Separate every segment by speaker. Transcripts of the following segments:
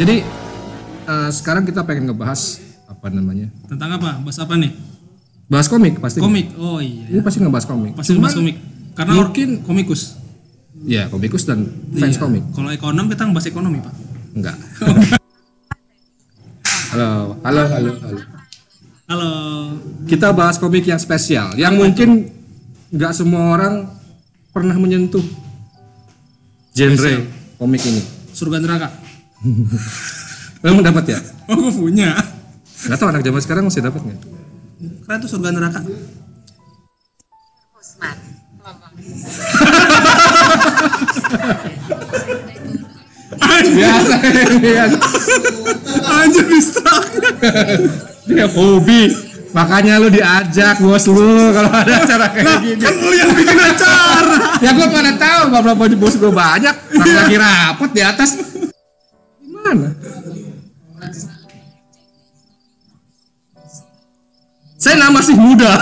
Speaker 1: Jadi eh, sekarang kita pengen ngebahas apa namanya?
Speaker 2: Tentang apa? Bahas apa nih?
Speaker 1: Bahas komik pasti.
Speaker 2: Komik. Oh iya.
Speaker 1: Ini pasti ngebahas komik.
Speaker 2: Pasti bahas komik. Karena
Speaker 1: mungkin-
Speaker 2: komikus.
Speaker 1: Ya komikus dan fans
Speaker 2: Iya.
Speaker 1: komik.
Speaker 2: Kalau ekonom kita bahas ekonomi, Pak.
Speaker 1: Enggak. halo, halo, halo, halo.
Speaker 2: Halo.
Speaker 1: Kita bahas komik yang spesial,
Speaker 2: Iya,
Speaker 1: yang mungkin nggak semua orang pernah menyentuh genre komik ini.
Speaker 2: Surga neraka.
Speaker 1: Memang dapat ya?
Speaker 2: Oh, gue punya.
Speaker 1: Nggak tahu anak zaman sekarang masih dapat nggak?
Speaker 2: Keren tuh surga neraka.
Speaker 3: Usman. Ngomong.
Speaker 1: Biasa, biasa.
Speaker 2: Anjir distract.
Speaker 1: Dia Iya, hobi. Makanya lu diajak bos lu kalau ada acara kayak gini.
Speaker 2: Kan lu yang bikin acara.
Speaker 1: Ya gua mana tahu bapak-bapak di bos gua banyak. Orang lagi rapat di atas. Gimana? Sena masih muda.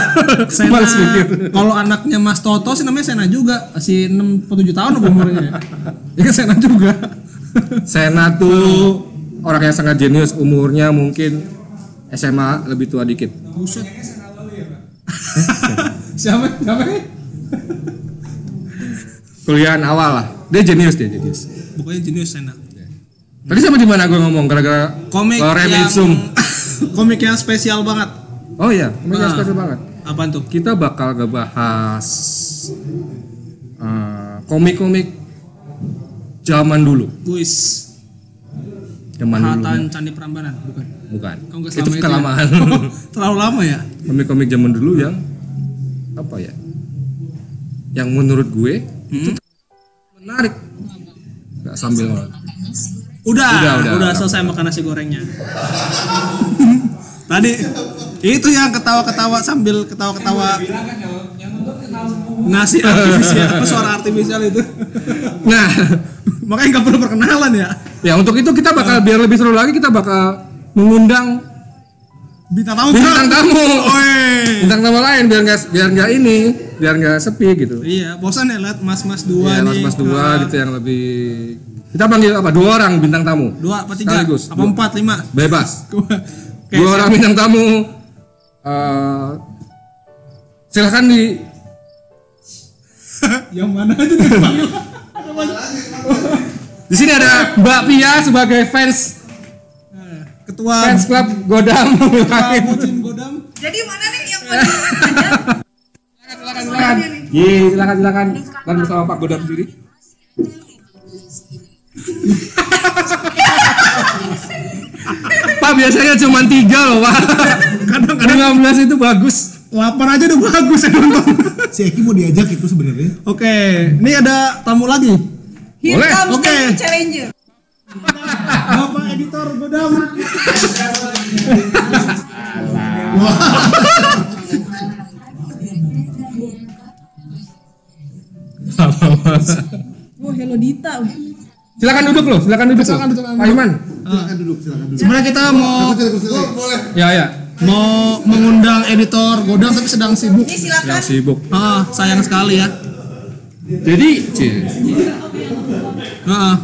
Speaker 2: Sena,
Speaker 1: Balas pikir.
Speaker 2: kalau anaknya Mas Toto sih namanya Sena juga, masih 67 tahun apa umurnya. ya kan Sena juga.
Speaker 1: Sena tuh orang yang sangat jenius umurnya mungkin SMA lebih tua dikit.
Speaker 2: Buset. siapa? Siapa? ya?
Speaker 1: Kuliahan awal lah. Dia jenius dia jenius.
Speaker 2: Pokoknya jenius Sena.
Speaker 1: Tadi sama di mana gua ngomong gara-gara
Speaker 2: Komik
Speaker 1: Lorem
Speaker 2: yang
Speaker 1: Ipsum.
Speaker 2: komik yang spesial banget.
Speaker 1: Oh iya, komiknya
Speaker 2: Ah.
Speaker 1: spesial banget.
Speaker 2: Apaan tuh?
Speaker 1: Kita bakal ngebahas eh, komik-komik zaman dulu.
Speaker 2: Puis
Speaker 1: Zaman dulu.
Speaker 2: Hatan Candi Prambanan, bukan.
Speaker 1: Bukan.
Speaker 2: Kau nggak
Speaker 1: Itu
Speaker 2: selama itu ya?
Speaker 1: kelamaan.
Speaker 2: Terlalu lama ya?
Speaker 1: komik-komik zaman dulu yang apa ya? Yang menurut gue itu
Speaker 2: Hmm?
Speaker 1: menarik. Gak sambil ngomong.
Speaker 2: Udah,
Speaker 1: Udah,
Speaker 2: udah,
Speaker 1: udah, udah.
Speaker 2: selesai makan nasi gorengnya. Tadi itu yang ketawa-ketawa sambil ketawa-ketawa. Nasi artifisial, apa suara artifisial itu.
Speaker 1: Nah,
Speaker 2: Makanya nggak perlu perkenalan ya.
Speaker 1: ya untuk itu kita bakal biar lebih seru lagi kita bakal mengundang
Speaker 2: Bintang tamu.
Speaker 1: Bintang
Speaker 2: Kak.
Speaker 1: tamu.
Speaker 2: Oi.
Speaker 1: bintang tamu lain biar nggak biar nggak ini biar nggak sepi gitu.
Speaker 2: Iya, bosan ya lihat mas-mas
Speaker 1: Iya,
Speaker 2: dua nih.
Speaker 1: mas mas dua
Speaker 2: Eh,
Speaker 1: gitu yang lebih kita panggil apa dua orang bintang tamu
Speaker 2: Dua apa tiga?
Speaker 1: Sekaligus.
Speaker 2: Apa
Speaker 1: Dua.
Speaker 2: empat lima?
Speaker 1: bebas
Speaker 2: Oke,
Speaker 1: dua
Speaker 2: siap.
Speaker 1: orang bintang tamu Eh, silahkan di
Speaker 2: yang mana aja tuh, Pak?
Speaker 1: di sini ada Mbak Pia sebagai fans
Speaker 2: Ketua
Speaker 1: fans club Godam
Speaker 2: Iya,
Speaker 1: Iya,
Speaker 2: Ketua Mucin Godam.
Speaker 3: Jadi mana nih yang mau aja?
Speaker 1: silakan silakan Ye, silakan silakan dan bersama Pak Godam sendiri Pak biasanya cuma tiga loh Pak
Speaker 2: Kadang-kadang
Speaker 1: 15 itu bagus
Speaker 2: lapar aja udah bagus ya nonton.
Speaker 4: si Eki mau diajak itu sebenarnya
Speaker 2: Oke, ini ada tamu lagi.
Speaker 3: Here
Speaker 1: Boleh,
Speaker 3: comes
Speaker 2: oke.
Speaker 3: the challenger.
Speaker 2: Bapak editor Godam.
Speaker 3: Oh, hello Dita.
Speaker 1: Silakan duduk loh, silakan duduk. Silakan
Speaker 4: duduk, silakan
Speaker 1: Pak Iman.
Speaker 4: silakan duduk silakan duduk
Speaker 2: Sebenarnya kita mau
Speaker 4: boleh
Speaker 1: Ya ya.
Speaker 2: mau mengundang editor Godam tapi sedang sibuk.
Speaker 3: Ini
Speaker 1: Yang
Speaker 3: silakan.
Speaker 1: sibuk.
Speaker 2: Ah, sayang sekali ya.
Speaker 1: Jadi, cie,
Speaker 2: Heeh.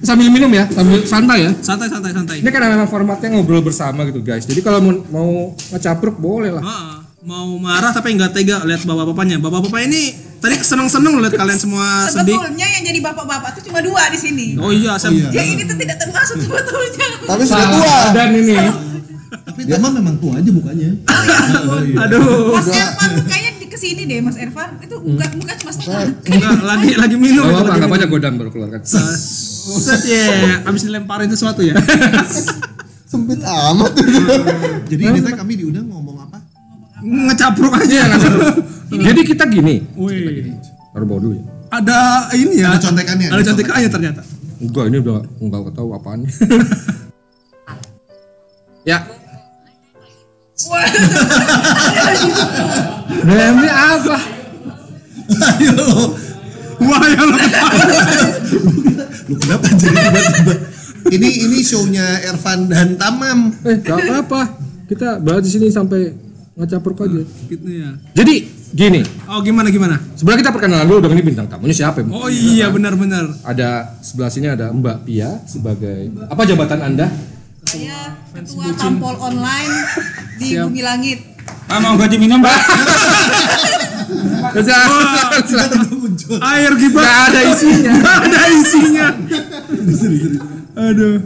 Speaker 1: sambil minum ya, sambil santai ya.
Speaker 2: Ah, santai santai santai.
Speaker 1: Ini karena memang formatnya ngobrol bersama gitu guys. Jadi kalau mau, mau ngecapruk boleh lah.
Speaker 2: Heeh. Ah, Mau marah tapi nggak tega lihat bapak-bapaknya. Bapak-bapak ini tadi seneng-seneng lihat kalian semua sedih.
Speaker 3: Sebetulnya yang jadi bapak-bapak itu cuma dua di sini.
Speaker 2: Oh iya, saya
Speaker 3: Ya ini tuh tidak termasuk
Speaker 1: Hmm.
Speaker 3: sebetulnya.
Speaker 4: tapi sudah tua
Speaker 1: Dan ini
Speaker 4: tapi teman memang tua aja bukannya
Speaker 2: Aduh.
Speaker 3: Mas Ervan tuh kayaknya di kesini deh Mas Ervan itu
Speaker 1: Hmm.
Speaker 3: bukan bukan cuma setengah.
Speaker 2: Enggak, lagi lagi minum.
Speaker 1: Gak
Speaker 2: itu,
Speaker 1: apa-apa,
Speaker 2: lagi
Speaker 1: anggap
Speaker 2: minum.
Speaker 1: aja godam baru keluar kan.
Speaker 2: Set ya, abis dilemparin sesuatu ya.
Speaker 4: sempit amat jadi ini teh kami diundang ngomong apa
Speaker 2: Ngecapruk aja.
Speaker 1: Jadi kita gini,
Speaker 2: Wih,
Speaker 1: taruh bawah dulu ya.
Speaker 2: ada ini ya.
Speaker 4: Ada contekannya,
Speaker 2: Ada
Speaker 4: ada
Speaker 2: contekannya ternyata.
Speaker 1: Enggak, ini udah enggak tahu apaan. ya.
Speaker 3: Wah,
Speaker 1: Demi apa?
Speaker 4: ayo
Speaker 2: Wah, ya lo
Speaker 4: lu kenapa jadi tiba-tiba ini ini shownya Ervan dan Tamam
Speaker 1: Eh, gak apa-apa. Kita bahas di sini sampai ngecapruk aja.
Speaker 2: gitu ya.
Speaker 1: Jadi Gini,
Speaker 2: Oh gimana gimana?
Speaker 1: sebenarnya kita perkenalan dulu dong ini bintang tamunya siapa? ya?
Speaker 2: Oh iya benar-benar.
Speaker 1: Ada sebelah sini ada Mbak Pia sebagai apa jabatan Anda?
Speaker 3: Saya ketua tampol online di Bumi Langit.
Speaker 5: Ah, mau ganti minum, Pak?
Speaker 1: Nggak
Speaker 4: muncul
Speaker 2: Air gibah.
Speaker 1: ada isinya.
Speaker 2: Nggak ada isinya. Aduh.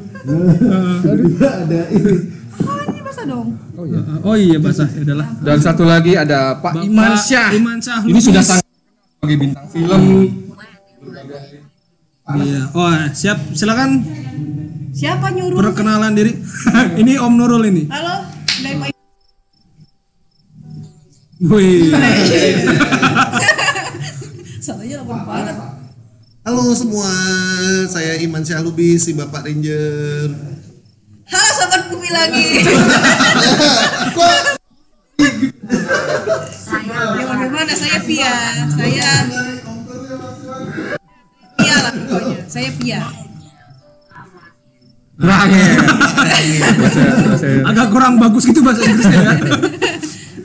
Speaker 4: tiba ada ini
Speaker 3: Oh ini masa dong.
Speaker 2: Oh iya basah ya udahlah.
Speaker 1: Dan satu lagi ada Pak
Speaker 2: Bapak
Speaker 1: Iman Syah.
Speaker 2: Iman Syah
Speaker 1: Ini
Speaker 2: Lubis.
Speaker 1: sudah sangat sebagai bintang film.
Speaker 2: Iya. Oh siap silakan
Speaker 3: Siapa nyuruh?
Speaker 2: perkenalan diri. ini Om Nurul ini.
Speaker 3: Halo, dari Pak
Speaker 2: Wih.
Speaker 3: Soalnya lapar banget.
Speaker 4: halo semua saya Iman Syahlubi si Bapak Ranger
Speaker 3: Halo sobat Bumi Langit. Bagaimana saya Pia? Saya Pia lah pokoknya. Saya Pia.
Speaker 1: Rangel. Bahasa- bahasa-
Speaker 2: Agak kurang bagus gitu bahasa Inggrisnya ya.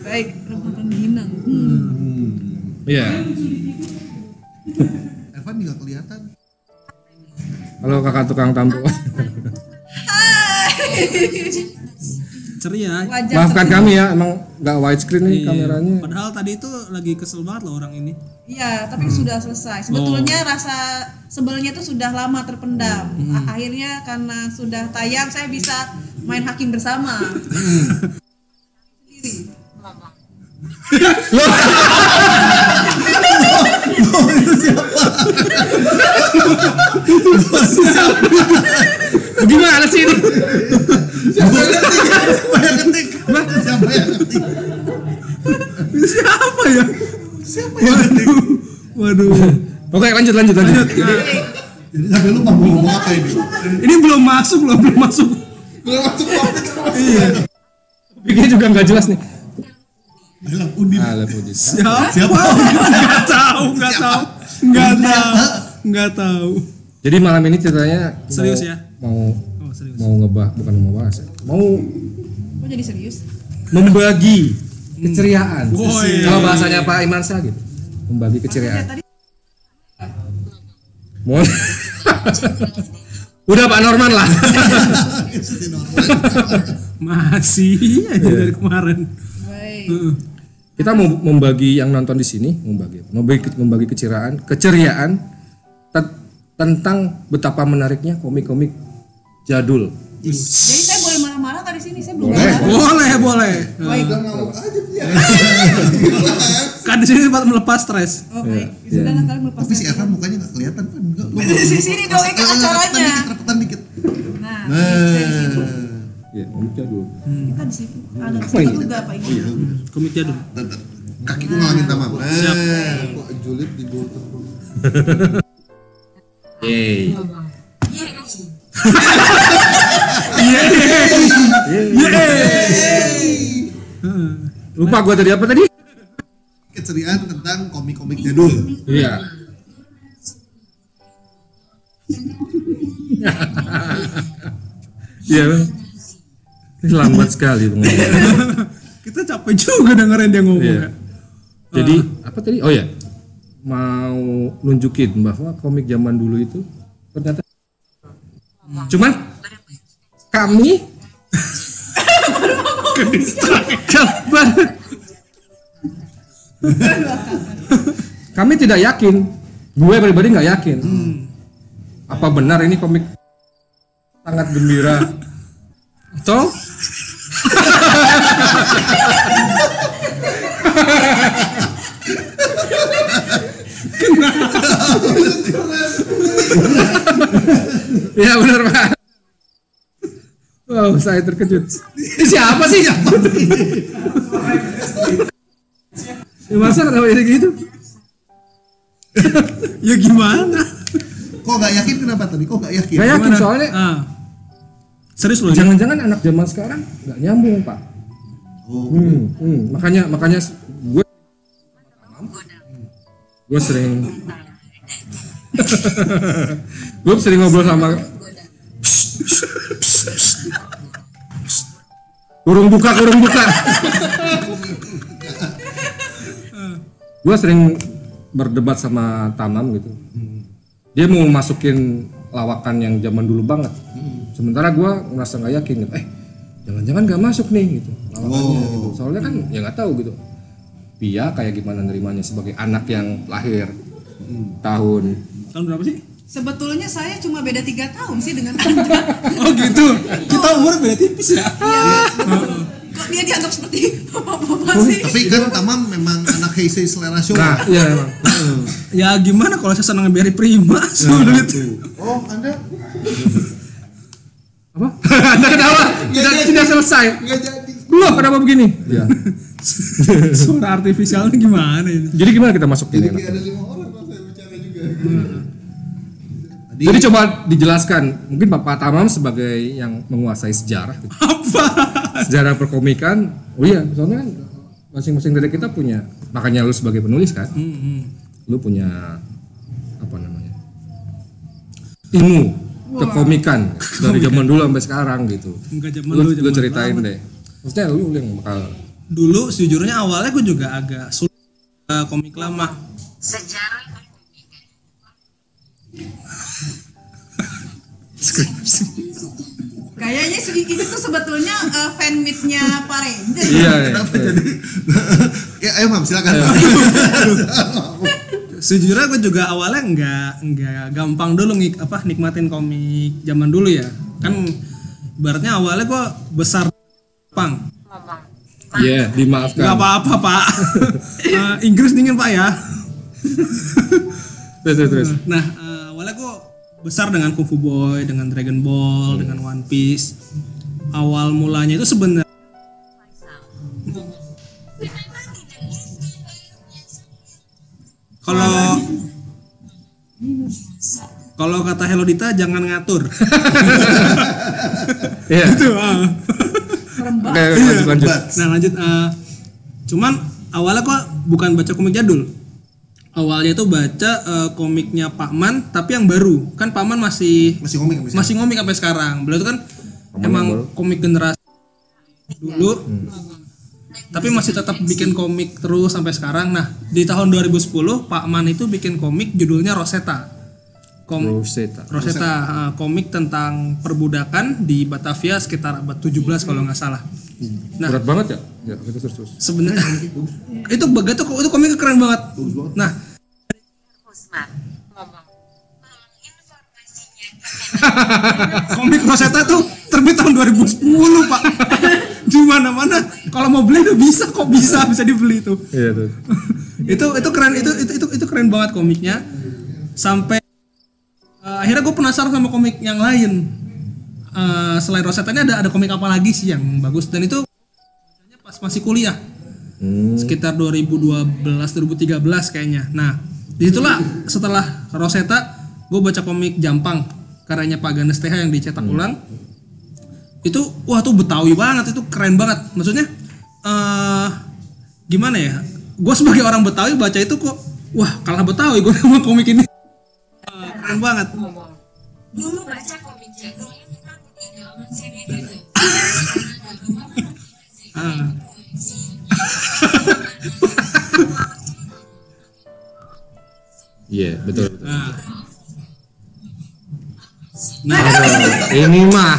Speaker 3: Baik, rebutan Ginang. Hmm.
Speaker 1: Iya.
Speaker 4: Evan juga kelihatan
Speaker 1: Halo kakak tukang tampil.
Speaker 2: Ceria.
Speaker 3: Wajah
Speaker 1: Maafkan
Speaker 3: tertutup.
Speaker 1: kami ya, emang nggak widescreen
Speaker 2: Iya.
Speaker 1: nih kameranya.
Speaker 2: Padahal tadi itu lagi kesel banget loh orang ini.
Speaker 3: Iya, tapi sudah selesai. Sebetulnya
Speaker 1: Oh.
Speaker 3: rasa sebelnya itu sudah lama terpendam.
Speaker 1: Hmm,
Speaker 3: Ah, Akhirnya karena sudah tayang saya bisa main hakim bersama. Sendiri.
Speaker 1: Gimana sih ini?
Speaker 4: siapa yang ketik siapa yang ketik siapa yang ketik
Speaker 2: Siapa ya?
Speaker 4: siapa yang ketik
Speaker 2: Waduh.
Speaker 1: Oke lanjut lanjut lanjut.
Speaker 4: jadi sampai lupa mau ngomong apa ini
Speaker 2: Ini belum masuk loh, belum masuk.
Speaker 4: belum masuk topik iya
Speaker 1: Bikinnya juga nggak jelas nih.
Speaker 4: bilang udin
Speaker 1: Alah puji.
Speaker 2: Siapa?
Speaker 4: siapa
Speaker 2: Nggak tahu, nggak
Speaker 4: Siapa?
Speaker 2: tahu, nggak tahu,
Speaker 4: Siapa?
Speaker 2: nggak tahu.
Speaker 1: Jadi malam ini ceritanya mau-
Speaker 2: Serius ya?
Speaker 1: Mau
Speaker 2: Oh serius.
Speaker 1: mau ngebah bukan mau bahas ya. Mau
Speaker 3: Kok jadi serius?
Speaker 1: membagi keceriaan.
Speaker 2: Woi.
Speaker 1: Kalau bahasanya Pak Iman Syah gitu. Membagi
Speaker 3: Ya,
Speaker 1: keceriaan.
Speaker 3: tadi
Speaker 1: Mohon. Udah Pak Norman lah.
Speaker 2: Masih aja dari kemarin.
Speaker 3: baik.
Speaker 2: Heeh.
Speaker 1: Kita mau membagi yang nonton di sini, membagi membagi membagi keceriaan, keceriaan te- tentang betapa menariknya komik-komik jadul.
Speaker 3: Jadi saya boleh marah-marah tadi sini, saya belum
Speaker 1: Boleh.
Speaker 3: marah.
Speaker 2: Boleh, boleh.
Speaker 3: Baik.
Speaker 2: Kan di sini tempat melepas stres.
Speaker 3: Oh, baik. Ya, Sudahlah kalian melepas.
Speaker 4: tapi si Evan mukanya nggak kelihatan kan enggak lu
Speaker 3: Di sini dong itu
Speaker 4: Eh, repetan
Speaker 3: acaranya.
Speaker 4: dikit repetan dikit
Speaker 3: Nah, saya di situ.
Speaker 4: nah
Speaker 1: Ya, komik jadul.
Speaker 3: Kita di situ. Ada kita juga Pak Ini.
Speaker 2: Komik jadul.
Speaker 4: Bentar. kakiku ngalangin tamam nah kok julid di bawah
Speaker 1: Yeay. Lupa gua tadi apa tadi?
Speaker 4: keceriaan tentang komik-komik jadul
Speaker 1: Iya. Iya. Bang. Ini Lambat sekali Bang.
Speaker 2: Kita capek juga dengerin dia ngomong.
Speaker 1: Iya.
Speaker 2: Kak.
Speaker 1: Jadi apa tadi? Oh ya. Mau nunjukin bahwa komik zaman dulu itu ternyata cuman kami Kami- kami tidak yakin gue pribadi nggak yakin apa benar ini komik sangat gembira atau Ya benar pak. Wow, saya terkejut. Ini siapa sih? Siapa sih? ya, masa kenapa jadi gitu?
Speaker 2: Ya gimana?
Speaker 4: kok nggak yakin kenapa tadi kok nggak yakin
Speaker 1: Gak yakin
Speaker 2: Gimana?
Speaker 1: soalnya
Speaker 2: Ah. Serius loh. Jangan.
Speaker 1: jangan-jangan anak zaman sekarang nggak nyambung pak.
Speaker 4: Oh.
Speaker 1: Hmm, hmm. Makanya makanya s- gue gue sering gue sering ngobrol sama kurung buka kurung buka gue sering berdebat sama Tanam gitu dia mau masukin lawakan yang zaman dulu banget sementara gue ngerasa nggak yakin gitu eh jangan-jangan nggak masuk nih gitu lawakannya gitu soalnya kan ya nggak tahu gitu Pia kayak gimana nerimanya sebagai anak yang lahir tahun
Speaker 2: Tahun berapa sih?
Speaker 3: Sebetulnya saya cuma beda tiga tahun sih dengan Anda.
Speaker 2: Oh gitu. Kita umur beda tipis ya.
Speaker 3: Kok dia dianggap seperti apa-apa sih?
Speaker 4: Tapi kan Tamam memang anak Heisei selera show.
Speaker 1: nah iya emang
Speaker 2: Ya gimana kalau saya senang Barry
Speaker 1: Nah,
Speaker 2: Prima sama duit.
Speaker 4: Oh, Anda
Speaker 1: apa anda Nah, kenapa tidak tidak selesai
Speaker 4: nggak jadi.
Speaker 1: belum kenapa begini ya.
Speaker 2: Suara artifisialnya gimana ini?
Speaker 1: jadi gimana kita masukin
Speaker 4: Jadi
Speaker 1: ini?
Speaker 4: ada lima orang pas saya bicara juga.
Speaker 1: Jadi coba dijelaskan, mungkin Bapak Tamam sebagai yang menguasai sejarah, gitu.
Speaker 2: Apa?
Speaker 1: sejarah perkomikan. Oh iya, soalnya kan masing-masing dari kita punya, makanya lu sebagai penulis kan, lu punya apa namanya ilmu kekomikan dari zaman dulu sampai sekarang gitu.
Speaker 2: Enggak zaman
Speaker 1: Lu,
Speaker 2: dulu,
Speaker 1: lu
Speaker 2: zaman
Speaker 1: ceritain deh, maksudnya lu yang bakal
Speaker 2: Dulu sejujurnya awalnya gue juga agak sulit eh, komik lama.
Speaker 3: Kayaknya sih itu tuh sebetulnya eh, fan meet-nya Pak Ranger.
Speaker 1: iya. iya.
Speaker 4: Kenapa jadi? ya, ayo Mam, silakan.
Speaker 2: Sejujurnya gue juga awalnya nggak nggak gampang dulu ngik apa nikmatin komik zaman dulu ya. Kan ibaratnya awalnya gue besar pang.
Speaker 1: Iya, dimaafkan.
Speaker 2: Gak apa-apa pak. Eh, Inggris dingin pak ya.
Speaker 1: Terus terus terus.
Speaker 2: Nah, eh, awalnya gue besar dengan Kung Fu Boy, dengan Dragon Ball, dengan One Piece. Awal mulanya itu sebenarnya kalau kalau kata Helodita jangan ngatur.
Speaker 1: Iya.
Speaker 2: Itu, ah.
Speaker 3: Merem
Speaker 1: Oke, lanjut lanjut.
Speaker 2: Nah lanjut, eh, cuman awalnya gua bukan baca komik jadul. Awalnya itu baca eh, komiknya Pak Man, tapi yang baru. Kan Pak Man masih
Speaker 4: Masih ngomong masih.
Speaker 2: masih ngomik sampai sekarang. Beliau itu kan emang komik generasi dulu. Hmm. Tapi masih tetap bikin komik terus sampai sekarang. Nah, di tahun 2010 Pak Man itu bikin komik judulnya Rosetta. Kom-
Speaker 1: Rosetta.
Speaker 2: Rosetta, eh, komik tentang perbudakan di Batavia sekitar abad 17 kalau nggak salah. Nah,
Speaker 1: Berat banget ya? Ya, terus terus. terus.
Speaker 2: sebenarnya itu bagus tuh itu komiknya keren banget. Nah,
Speaker 6: Usman ngomong tolong informasinya ke
Speaker 2: komik Rosetta tuh terbit tahun 2010 pak. Di mana mana kalau mau beli udah bisa kok bisa bisa dibeli tuh.
Speaker 1: Iya terus.
Speaker 2: itu itu keren itu itu itu, itu keren banget komiknya sampai eh, akhirnya gue penasaran sama komik yang lain Eh, selain Rosetta ini ada ada komik apa lagi sih yang bagus dan itu bacanya pas masih kuliah sekitar 2012 2013 kayaknya nah disitulah setelah Rosetta gue baca komik Jampang karyanya Pak Ganes TH yang dicetak ulang itu wah tuh betawi banget itu keren banget maksudnya eh gimana ya gue sebagai orang betawi baca itu kok wah kalah betawi gue sama komik ini Eh, keren banget
Speaker 6: dulu baca komik jago ini kan tidak sini gitu
Speaker 2: Ah.
Speaker 1: Iya, betul betul.
Speaker 2: nah,
Speaker 3: Nah,
Speaker 1: Aduh, ini mah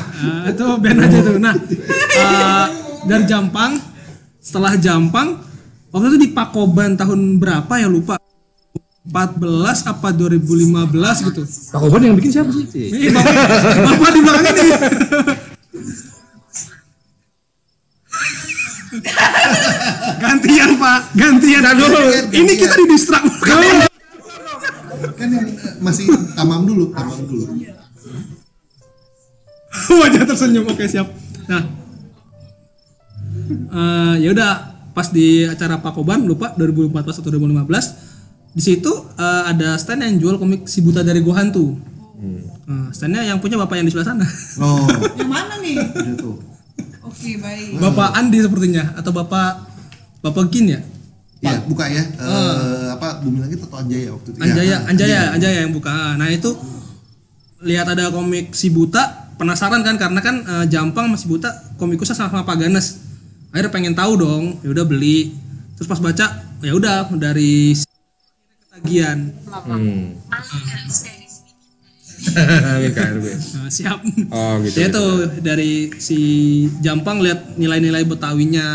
Speaker 2: eh, itu band aja tuh nah eh, dari Jampang setelah Jampang waktu itu di Pakoban tahun berapa ya lupa 14 apa 2015 gitu
Speaker 1: Pak Koban yang bikin siapa sih?
Speaker 2: Ih, bapak, bapak di belakang ini gantian pak gantian ini kita di distrak
Speaker 4: Kan yang eh, masih Tamam dulu, Tamam dulu.
Speaker 2: wajah tersenyum oke siap nah eh ya udah pas di acara Pakoban lupa 2014 atau 2015 di situ eh, ada stand yang jual komik si buta dari Go Hantu Eh, standnya yang punya bapak yang di sebelah sana
Speaker 4: Oh,
Speaker 3: Yang mana nih?
Speaker 4: udah tuh.
Speaker 3: Oke, baik.
Speaker 2: bapak Andi sepertinya atau bapak bapak Gin ya
Speaker 4: Iya, buka ya. Eh, apa Bumi Langit atau Anjaya waktu itu?
Speaker 2: Anjaya,
Speaker 4: Ya,
Speaker 2: Anjaya, Anjaya yang buka. Nah itu lihat ada komik si buta, penasaran kan karena kan eh, Jampang masih buta, komikusnya sama, sama Pak Ganes. Akhirnya pengen tahu dong, ya udah beli. Terus pas baca, ya udah dari s- ketagihan
Speaker 1: Hmm.
Speaker 6: paling harus dari sini
Speaker 1: KRB.
Speaker 2: Nah, siap
Speaker 1: Iya kan, Oh gitu.
Speaker 2: ya
Speaker 1: gitu.
Speaker 2: tuh dari si Jampang lihat nilai-nilai Betawinya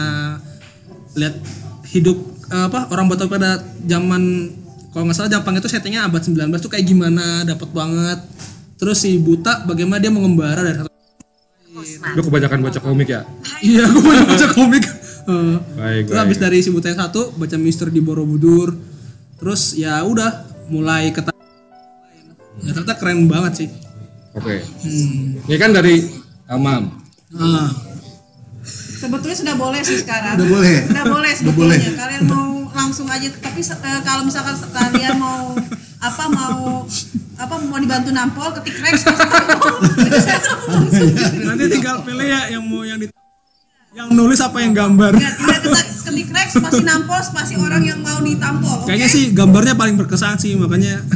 Speaker 2: lihat hidup eh, apa orang Betawi pada zaman kalau nggak salah Jampang itu settingnya abad 19 tuh kayak gimana dapat banget terus si Buta bagaimana dia mengembara dari satu
Speaker 1: Lu kebanyakan baca komik ya?
Speaker 2: iya gue banyak baca komik Eh,
Speaker 1: Baik,
Speaker 2: terus
Speaker 1: baik.
Speaker 2: habis dari si Buta yang satu baca Mister di Borobudur terus ya udah mulai keta ya ternyata keren banget sih
Speaker 1: Oke.
Speaker 2: Hmm.
Speaker 1: Ini kan dari Amam.
Speaker 2: Ah.
Speaker 3: Sebetulnya sudah boleh sih sekarang.
Speaker 4: Udah boleh?
Speaker 3: Sudah boleh
Speaker 4: Udah
Speaker 3: sebetulnya.
Speaker 4: boleh.
Speaker 3: Kalian mau langsung aja tapi se- eh, kalau misalkan se- kalian mau apa mau apa mau dibantu nampol ketik Rex terus nampol. Itu saya tahu langsung.
Speaker 2: nanti tinggal pilih ya yang mau yang di yang nulis apa yang gambar
Speaker 3: Ingat, ingat, ketik- ketik Rex pasti nampol pasti orang yang mau ditampol. oke?
Speaker 2: kayaknya sih gambarnya paling berkesan sih makanya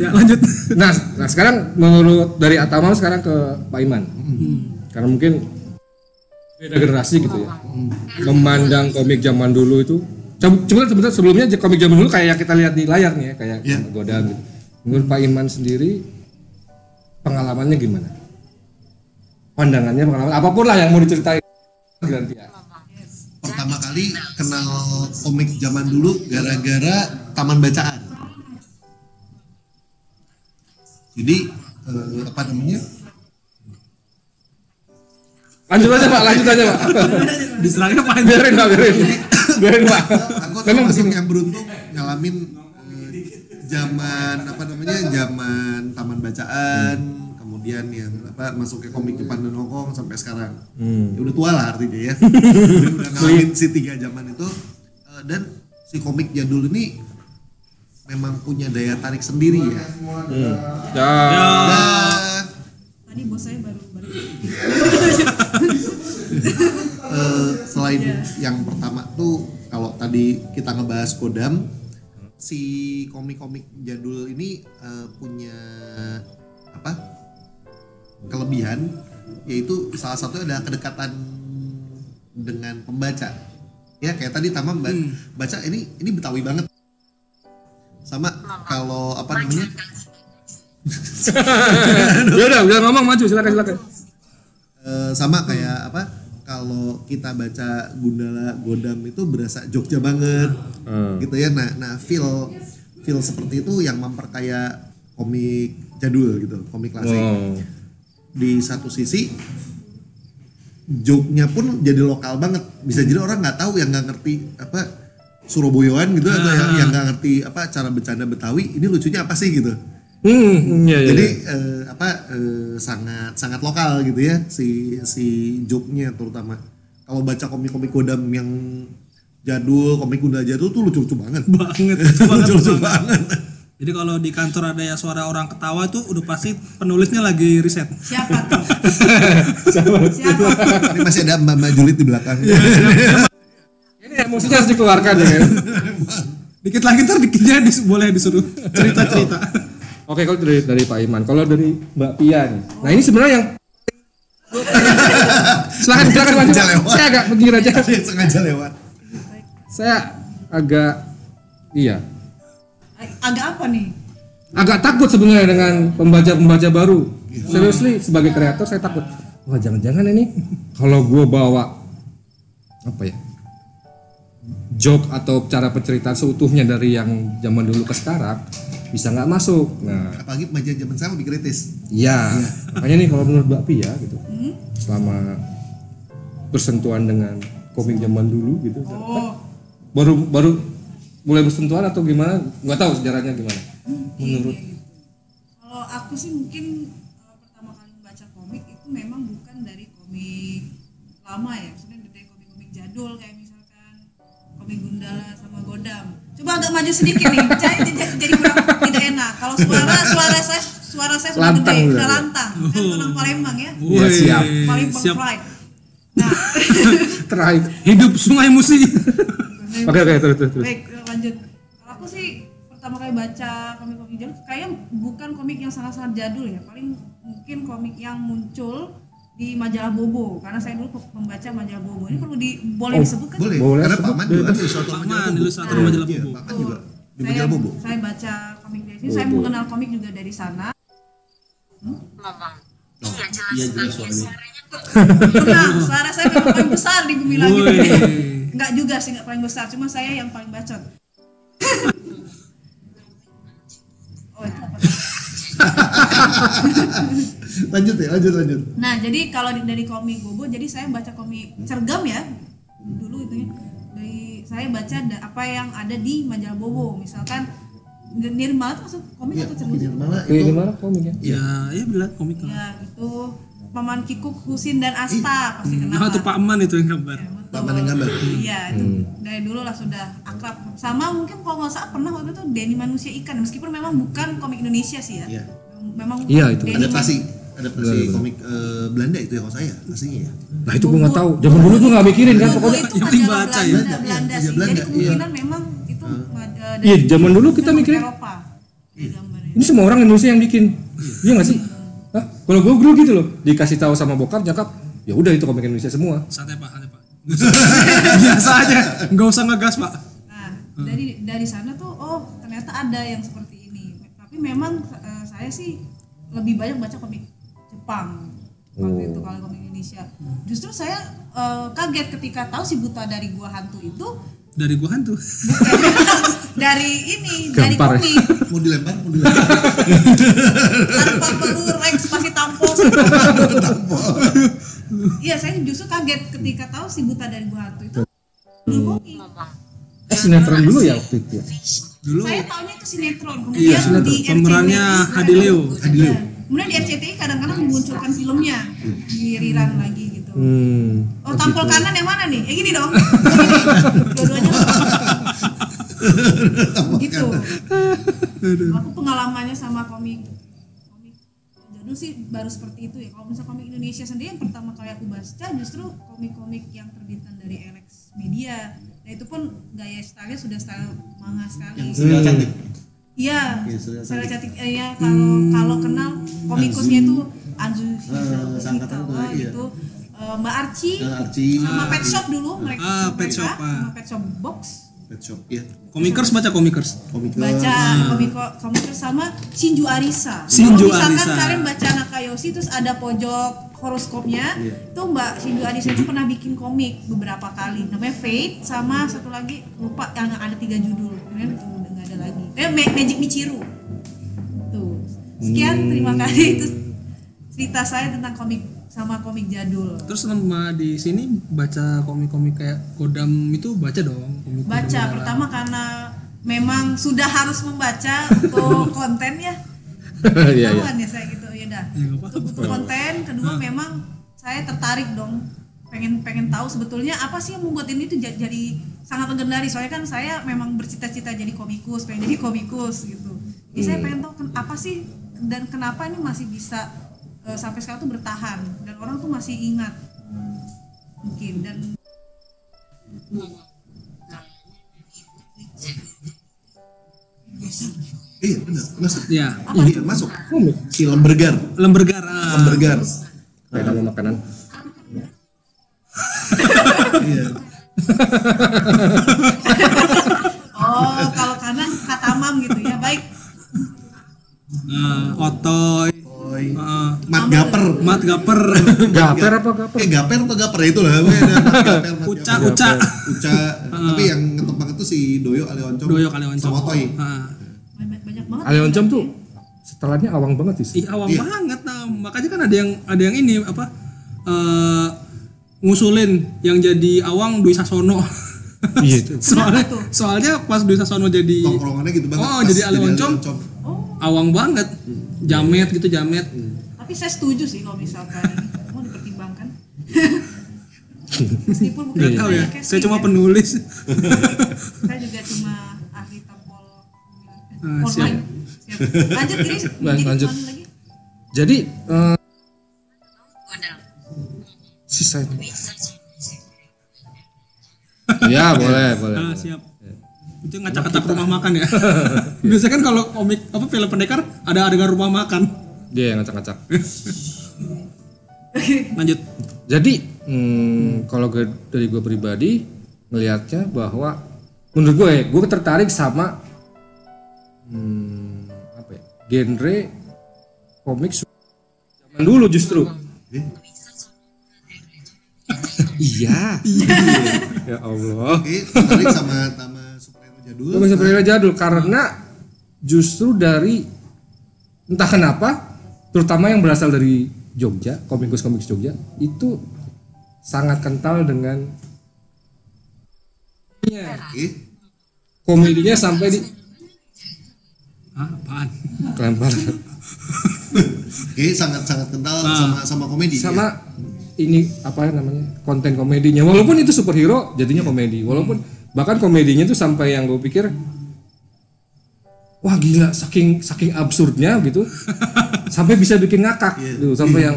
Speaker 2: ya lanjut
Speaker 1: Nah, nah sekarang menurut dari Atamam sekarang ke Pak Iman.
Speaker 2: Hmm.
Speaker 1: Karena mungkin beda generasi gitu ya.
Speaker 2: Hmm.
Speaker 1: Memandang komik zaman dulu itu Coba sebentar sebelumnya komik zaman dulu kayak yang kita lihat di layar nih ya, kayak
Speaker 4: Iya.
Speaker 1: godaan gitu. Menurut Pak Iman sendiri pengalamannya gimana? Pandangannya pengalaman apapun lah yang mau diceritain. Ganti ya.
Speaker 4: pertama kali kenal komik zaman dulu gara-gara taman bacaan. Jadi eh, apa namanya?
Speaker 1: Lanjut aja Pak, lanjut aja Pak.
Speaker 2: diserangnya paling
Speaker 1: biarin Pak, biarin. Biarin Pak.
Speaker 4: Aku
Speaker 1: Memang Ya.
Speaker 4: termasuk yang beruntung ngalamin eh, zaman apa namanya? Zaman taman bacaan, kemudian yang apa masuk ke komik Jepang dan Hong Kong sampai sekarang. Ya udah tua lah artinya ya. Jadi udah ngalamin si tiga zaman itu eh, dan si komik jadul ini memang punya daya tarik sendiri ya.
Speaker 1: Ya.
Speaker 4: Dan
Speaker 3: Tadi bos saya baru balik.
Speaker 4: eh, selain
Speaker 3: Iya.
Speaker 4: yang pertama tuh kalau tadi kita ngebahas kodam si komik-komik jadul ini eh, punya apa kelebihan yaitu salah satu ada kedekatan dengan pembaca ya kayak tadi Tama ba- baca ini ini betawi banget sama kalau apa namanya
Speaker 1: Ya udah, udah ngomong maju silakan silakan.
Speaker 4: Eh, sama kayak apa kalau kita baca Gundala Godam itu berasa Jogja banget gitu ya nah nah feel feel seperti itu yang memperkaya komik jadul gitu komik klasik
Speaker 1: Wow.
Speaker 4: di satu sisi joke-nya pun jadi lokal banget bisa jadi orang nggak tahu yang nggak ngerti apa Suraboyoan gitu atau yang yang nggak ngerti apa cara bercanda Betawi ini lucunya apa sih gitu
Speaker 1: Hmm, iya iya.
Speaker 4: jadi
Speaker 1: Jadi
Speaker 4: eh, apa eh, sangat sangat lokal gitu ya si si joke-nya terutama kalau baca komik-komik kodam yang jadul komik kuda jadul tuh lucu-lucu banget
Speaker 2: banget
Speaker 4: lucu-lucu banget
Speaker 2: jadi kalau di kantor ada ya suara orang ketawa itu udah pasti penulisnya lagi riset
Speaker 3: Siapa tuh? Siapa?
Speaker 4: ini masih ada mbak mbak julid di belakang
Speaker 1: ini emosinya harus dikeluarkan ya. kan?
Speaker 2: dikit lagi ntar dikitnya dis- boleh disuruh cerita cerita
Speaker 1: Oke, kalau dari dari Pak Iman, kalau dari Mbak Pia nih. Nah, ini sebenarnya yang silakan silakan lanjut.
Speaker 4: Sengaja lewat.
Speaker 1: Saya agak begini aja.
Speaker 4: Ada yang sengaja lewat
Speaker 1: Saya agak iya,
Speaker 3: Agak apa nih?
Speaker 1: agak takut sebenarnya dengan pembaca-pembaca baru. Seriously, sebagai kreator saya takut. Wah, jangan-jangan ini kalau gue bawa apa ya? joke atau cara penceritaan seutuhnya dari yang zaman dulu ke sekarang bisa nggak masuk. Nah,
Speaker 4: apalagi pemajian zaman sekarang lebih kritis
Speaker 1: Iya, makanya nih kalau menurut Mbak Pia gitu, selama bersentuhan dengan komik zaman dulu gitu,
Speaker 3: Oh,
Speaker 1: baru baru mulai bersentuhan atau gimana? Nggak tahu sejarahnya gimana. Menurut
Speaker 3: Iya. Kalau aku sih mungkin eh, pertama kali membaca komik itu memang bukan dari komik lama ya, maksudnya dari komik-komik jadul kayak misalkan komik Gundala sama Godam. Coba agak maju sedikit nih, jadi, jadi, jadi kurang tidak enak. Kalau suara suara saya suara saya sudah
Speaker 1: Lantang
Speaker 3: gede,
Speaker 1: udah.
Speaker 3: sudah lantang, kan orang Palembang ya,
Speaker 1: Iya,
Speaker 2: Woi,
Speaker 1: siap.
Speaker 3: Palembang
Speaker 2: siap
Speaker 3: pride. Nah,
Speaker 1: terakhir.
Speaker 2: hidup sungai musi
Speaker 1: Oke oke terus terus. terus.
Speaker 3: Baik, eh, lanjut. Kalau aku sih pertama kali baca komik-komik jadul, kayaknya bukan komik yang sangat-sangat jadul ya. Paling mungkin komik yang muncul di di majalah Bobo karena saya dulu pembaca majalah Bobo ini perlu di boleh disebutkan
Speaker 4: Oh, Boleh.
Speaker 1: Boleh,
Speaker 4: Karena
Speaker 1: sebut,
Speaker 4: Paman juga
Speaker 1: bebas.
Speaker 4: ilustrator
Speaker 2: Paman,
Speaker 4: majalah Bobo.
Speaker 2: ilustrator
Speaker 4: Iya,
Speaker 2: majalah
Speaker 4: iya,
Speaker 2: Bobo.
Speaker 3: Oh,
Speaker 4: Paman juga di
Speaker 3: saya,
Speaker 4: majalah Bobo. Oh,
Speaker 3: saya baca komik dari sini saya mengenal komik juga dari sana
Speaker 6: ngomong. Iya jelas.
Speaker 7: Iya, jelas
Speaker 6: sekali. Suaranya
Speaker 7: suaranya.
Speaker 6: kok
Speaker 3: Benar, suara saya memang paling besar di bumi langit.
Speaker 2: Woi.
Speaker 3: Enggak juga sih, enggak paling besar, cuma saya yang paling bacot. oh, itu apa?
Speaker 4: Lanjut ya, lanjut lanjut.
Speaker 3: Nah, jadi kalau di- dari komik Bobo, jadi saya baca komik cergam ya. Dulu itu ya. Dari saya baca da- apa yang ada di majalah Bobo, misalkan Nirmala tuh maksud komik
Speaker 4: Iya,
Speaker 3: atau cergam? sih?
Speaker 4: Nirmala
Speaker 1: Kayak
Speaker 4: itu
Speaker 1: gimana komiknya?
Speaker 2: ya ya bila komik lah
Speaker 3: Ya, gitu. Paman Kikuk, Husin dan Asta pasti kenal.
Speaker 2: nah itu
Speaker 3: lah.
Speaker 2: Pak Man itu yang gambar
Speaker 3: Ya, betul.
Speaker 4: hmm. Paman yang gambar. Hmm.
Speaker 3: Iya, itu dari dulu lah sudah akrab. Sama mungkin kalau nggak salah pernah waktu itu Denny Manusia Ikan, meskipun memang bukan komik Indonesia sih ya.
Speaker 4: Iya.
Speaker 3: Memang
Speaker 1: Iya, itu.
Speaker 3: Denny
Speaker 4: Adaptasi
Speaker 3: Man-
Speaker 4: adaptasi komik eh, Belanda itu ya kalau saya aslinya ya.
Speaker 1: Nah itu gue nggak tahu. Zaman dulu gue nggak mikirin kan
Speaker 3: Bobo
Speaker 1: pokoknya.
Speaker 3: itu
Speaker 2: yang penting
Speaker 3: majalah
Speaker 2: baca
Speaker 3: Belanda,
Speaker 2: ya.
Speaker 3: Belanda,
Speaker 4: Belanda,
Speaker 3: sih.
Speaker 4: iya, Belanda,
Speaker 3: Jadi kemungkinan memang itu eh, dari
Speaker 1: Iya, zaman dulu kita
Speaker 3: dari ya.
Speaker 1: mikirin.
Speaker 3: Eropa. Dari gambarnya.
Speaker 1: Ini semua orang Indonesia yang bikin. Iya nggak sih? Hah? Kalau gue guru gitu loh, dikasih tahu sama bokap nyakap, ya udah itu komik Indonesia semua.
Speaker 2: santai Pak santai Pak biasa aja nggak usah ngegas Pak
Speaker 3: Nah, dari dari sana tuh oh ternyata ada yang seperti ini. Tapi memang eh, saya sih lebih banyak baca komik Jepang waktu
Speaker 1: Oh.
Speaker 3: itu kalau komik Indonesia. Justru saya eh, kaget ketika tahu si buta dari gua hantu itu
Speaker 2: dari gua hantu
Speaker 3: dari ini
Speaker 1: Gampar ya.
Speaker 3: dari komik
Speaker 4: Mau dilempar, mau dilempar.
Speaker 3: tanpa perlu Rex pasti tampol Iya, saya justru kaget ketika tahu si buta dari gua hantu itu
Speaker 2: Hmm.
Speaker 3: dulu komik.
Speaker 6: ngomong.
Speaker 1: Eh sinetron dulu ya waktu itu. ya?
Speaker 2: dulu
Speaker 3: Saya taunya itu sinetron, kemudian
Speaker 2: Iya, sinetron.
Speaker 3: di RCTI
Speaker 2: Pemerannya Hadi Leo.
Speaker 4: Hadi Leo.
Speaker 3: Kemudian di RCTI kadang-kadang memunculkan filmnya
Speaker 2: Hmm.
Speaker 3: di rerun lagi gitu.
Speaker 1: Hmm.
Speaker 3: Oh, tampol kanan yang mana nih? Ya gini dong. Gini. Dua-duanya. gitu. Aku pengalamannya sama komik komik jadul sih baru seperti itu ya. Kalau misalnya komik Indonesia sendiri yang pertama kali aku baca justru komik-komik yang terbitan dari Alex Media. Nah itu pun gaya stylenya sudah style manga sekali.
Speaker 4: Yang serial Iya, cantik.
Speaker 3: Iya,
Speaker 4: Iya, Surya
Speaker 3: Surya Cantik. Eh, ya, kalau kalau kenal komikusnya itu Anzu Hikawa
Speaker 4: seangkatan tuh,
Speaker 3: Hikawa
Speaker 4: iya.
Speaker 3: gitu. Eh, Mbak Arci
Speaker 4: Eh, Archie,
Speaker 3: sama Pet Shop dulu mereka
Speaker 2: Ah, Pet
Speaker 3: mereka,
Speaker 2: Shop, ah.
Speaker 3: sama Pet Shop Box
Speaker 4: Pet Shop ya.
Speaker 2: komikers baca komikers
Speaker 4: Komik eh,
Speaker 3: baca komiko komikers sama Shinju Arisa.
Speaker 2: Hmm. Shinju
Speaker 3: Kalau misalkan
Speaker 2: Arisa.
Speaker 3: kalian baca Nakayoshi terus ada pojok horoskopnya,
Speaker 4: Iya.
Speaker 3: tuh Mbak Shinju Arisa itu pernah bikin komik beberapa kali. Namanya Fate sama satu lagi lupa yang ada tiga judul. Kemudian udah nggak ada lagi. Eh Ma- Magic Michiru.
Speaker 2: Hmm.
Speaker 3: Tuh. Sekian terima kasih itu cerita saya tentang komik sama komik jadul.
Speaker 2: terus nama di sini baca komik-komik kayak Kodam itu baca dong komik
Speaker 3: baca pertama karena memang sudah harus membaca untuk konten ya
Speaker 1: Iya iya.
Speaker 3: Ketahuan ya saya gitu ya dah
Speaker 2: Ya, nggak apa-apa.
Speaker 3: untuk butuh konten kedua memang saya tertarik dong pengen pengen tahu sebetulnya apa sih yang membuat ini tuh ja- jadi sangat legendaris soalnya kan saya memang bercita-cita jadi komikus pengen jadi komikus gitu jadi
Speaker 1: Iya.
Speaker 3: saya pengen tahu ken- apa sih dan kenapa ini masih bisa eh, sampai sekarang tuh bertahan dan orang tuh masih ingat mungkin dan
Speaker 4: Iya benar masuk.
Speaker 2: Iya.
Speaker 4: Iya masuk.
Speaker 1: Komik.
Speaker 4: Si Lembergar.
Speaker 2: Lembergar ah.
Speaker 4: Lembergar.
Speaker 1: Kayak nama makanan.
Speaker 4: Iya.
Speaker 3: Oh, kalau kanan katamam gitu ya. Baik.
Speaker 2: Ah, otoy
Speaker 4: Oi.
Speaker 2: ah,
Speaker 4: Mat Gaper.
Speaker 2: mat gaper
Speaker 1: Gaper apa gaper?
Speaker 4: Eh Gaper atau Gaper itu lah. Pokoknya ada Mat Gaper, Mat
Speaker 2: uca
Speaker 4: Gaper.
Speaker 2: uca
Speaker 4: Uca. Tapi yang ngetop banget tuh si Doyo Aleoncong.
Speaker 2: doyo kali oncom
Speaker 4: Sama Toy.
Speaker 2: Ah.
Speaker 3: Banyak, banyak banget.
Speaker 1: Aleoncom tuh setelannya awang banget sih.
Speaker 2: Ih awam banget nah. Makanya kan ada yang ada yang ini apa eh ngusulin yang jadi awang Dwi Sasono.
Speaker 1: Iya itu.
Speaker 2: soalnya
Speaker 3: Kenapa tuh?
Speaker 2: soalnya pas Dwi Sasono jadi
Speaker 4: Tongkrongannya gitu banget.
Speaker 2: iya. Oh,
Speaker 4: Pas
Speaker 2: jadi Ale Oncom.
Speaker 4: Ale
Speaker 3: Oh,
Speaker 2: awang banget, jamet gitu jamet.
Speaker 3: tapi saya setuju sih kalau misalkan ini mau dipertimbangkan. Meskipun bukan
Speaker 2: Gak tahu ya.
Speaker 3: casting
Speaker 2: Saya cuma
Speaker 3: ya.
Speaker 2: penulis.
Speaker 3: Saya juga cuma ahli tampol
Speaker 2: Ah,
Speaker 3: online. Siap. Lanjut ini
Speaker 1: Baik,
Speaker 3: ini
Speaker 1: lanjut.
Speaker 3: kemarin lagi.
Speaker 1: Jadi eh,
Speaker 6: Kodam.
Speaker 1: si saya.
Speaker 6: Bisa sih.
Speaker 1: Iya boleh boleh.
Speaker 2: Ah, siap. Itu ngacak-ngacak rumah makan ya. Biasanya kan kalau komik apa film pendekar ada adegan rumah makan.
Speaker 1: Dia yang ngacak-ngacak.
Speaker 2: Lanjut.
Speaker 1: Jadi hmm, kalau gue- dari gue pribadi melihatnya bahwa menurut gue ya, gue tertarik sama hmm, apa ya, genre komik su- zaman dulu justru. iya. ya Allah.
Speaker 4: Oke, tertarik sama sama superhero jadul.
Speaker 1: Gue masih superhero jadul karena justru dari entah kenapa terutama yang berasal dari Jogja, komikus-komikus Jogja itu sangat kental dengan
Speaker 4: Oke.
Speaker 1: komedinya sampai di
Speaker 2: Ah, apaan?
Speaker 1: kelempar
Speaker 4: Oke, sangat-sangat kental
Speaker 2: Ah.
Speaker 4: sama sama komedi.
Speaker 2: Iya.
Speaker 4: ya?
Speaker 1: sama ini apa namanya konten komedinya walaupun itu superhero
Speaker 2: Iya.
Speaker 1: jadinya komedi walaupun
Speaker 2: Hmm.
Speaker 1: bahkan komedinya tuh sampai yang gue pikir wah gila saking saking absurdnya gitu sampai bisa bikin ngakak
Speaker 2: Iya.
Speaker 1: gitu sampai yang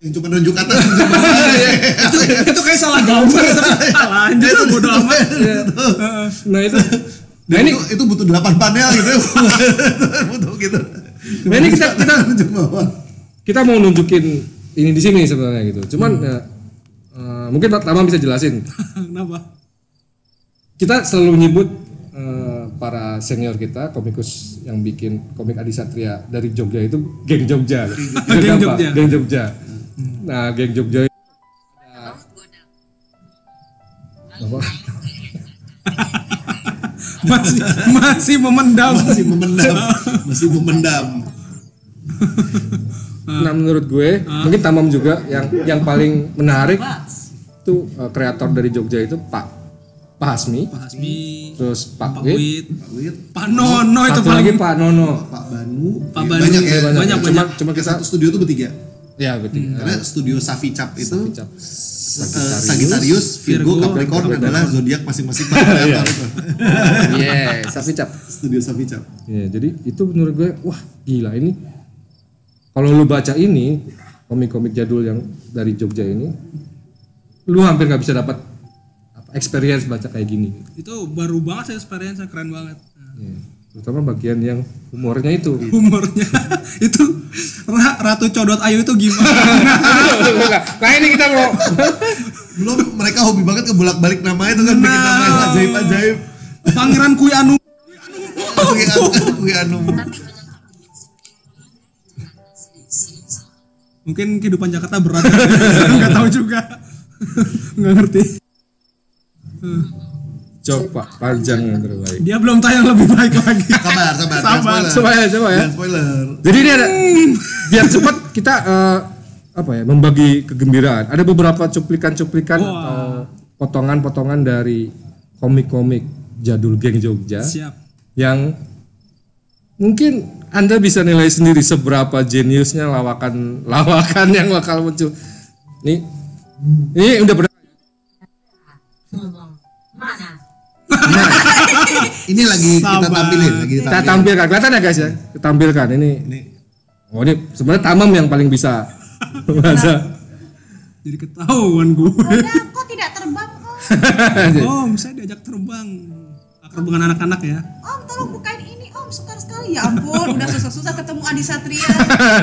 Speaker 4: yang cuma nunjuk atas. nunjuk bawah.
Speaker 2: Iya, itu, itu kayak salah gambar. Salah anjir lah Ah, bodo amat.
Speaker 1: Iya. nah itu nah ini
Speaker 4: itu, itu butuh 8 panel gitu. butuh gitu.
Speaker 1: nah ini kita kita
Speaker 4: Nunjuk bawah.
Speaker 1: kita mau nunjukin ini di sini sebenarnya gitu cuman
Speaker 2: Hmm.
Speaker 1: ya, eh, mungkin Pak Tama bisa jelasin
Speaker 2: Kenapa?
Speaker 1: kita selalu menyebut eh, para senior kita komikus yang bikin komik Adi Satria dari Jogja itu geng Jogja Itu
Speaker 2: Geng
Speaker 1: kenapa?
Speaker 2: Jogja. Hmm.
Speaker 1: geng Jogja nah geng Jogja apa?
Speaker 2: Masih masih memendam.
Speaker 4: Masih memendam. Masih memendam.
Speaker 1: nah menurut gue
Speaker 2: Ah.
Speaker 1: mungkin Tamam juga yang yang paling menarik itu eh, kreator dari Jogja itu Pak Pak Hasmi
Speaker 2: Pak Hasmi,
Speaker 1: terus Pak
Speaker 2: Pak
Speaker 1: Wid
Speaker 2: Wid,
Speaker 4: Pak Wit,
Speaker 2: Pak Nono itu
Speaker 1: Iya. satu
Speaker 2: paling
Speaker 1: lagi Pak Nono
Speaker 4: Pak Banu.
Speaker 2: Pak
Speaker 4: ya,
Speaker 2: Banu,
Speaker 4: Banyak ya.
Speaker 2: iya, banyak, Nah.
Speaker 4: Banyak,
Speaker 1: cuma
Speaker 4: banyak.
Speaker 1: cuma
Speaker 4: Cuma
Speaker 1: kita
Speaker 4: satu studio itu bertiga.
Speaker 1: ya betul
Speaker 4: Karena
Speaker 2: Hmm.
Speaker 4: studio Safi Cap itu
Speaker 1: Cap.
Speaker 4: eh, Sagittarius, Virgo,
Speaker 2: Virgo,
Speaker 4: Capricorn adalah zodiak masing-masing para kreator itu.
Speaker 1: yes tapi cap
Speaker 4: Studio Safi Cap.
Speaker 1: Ya, jadi itu menurut gue, wah gila ini. Kalau lu baca ini komik-komik jadul yang dari Jogja ini, lu hampir nggak bisa dapat apa, experience baca kayak gini.
Speaker 2: itu baru banget saya experience keren banget.
Speaker 1: Ya, Terutama bagian yang humornya itu.
Speaker 2: Humornya itu Ra- Ratu Codot Ayu itu gimana?
Speaker 1: nah ini kita mau.
Speaker 4: Belum mereka hobi banget ngebolak-balik namanya itu kan bikin nama yang
Speaker 2: Nah.
Speaker 4: ajaib-ajaib.
Speaker 2: Pangeran Kui Anu
Speaker 4: Kui Anu- Kui Anu.
Speaker 2: mungkin kehidupan Jakarta berat nggak tahu juga nggak ngerti
Speaker 1: Coba panjang yang terbaik.
Speaker 2: dia belum tayang lebih baik lagi
Speaker 4: Sabar, sabar. jangan
Speaker 2: Sabar,
Speaker 4: spoiler.
Speaker 1: Coba ya, coba ya.
Speaker 4: Jangan spoiler.
Speaker 1: Jadi ini ada biar cepat kita eh, apa ya membagi kegembiraan. Ada beberapa cuplikan-cuplikan
Speaker 2: Wah.
Speaker 1: atau potongan-potongan dari komik-komik jadul geng Jogja
Speaker 2: siap
Speaker 1: yang mungkin Anda bisa nilai sendiri seberapa jeniusnya lawakan-lawakan yang bakal muncul. Nih, ini udah pernah
Speaker 4: Ini lagi kita
Speaker 2: Sabar.
Speaker 4: tampilin, lagi kita
Speaker 1: kita
Speaker 4: tampilin.
Speaker 1: tampilkan, kelihatan ya guys ya? Kita tampilkan ini.
Speaker 4: Ini
Speaker 1: Oh ini sebenarnya Tamam yang paling bisa bahasa.
Speaker 2: jadi ketahuan gue
Speaker 3: Udah, Oh, ya, kok tidak terbang om?
Speaker 2: om saya diajak terbang akrab dengan anak-anak ya
Speaker 3: Om tolong bukain ini om, sukar sekali ya ampun. Udah susah-susah ketemu Adi Satria.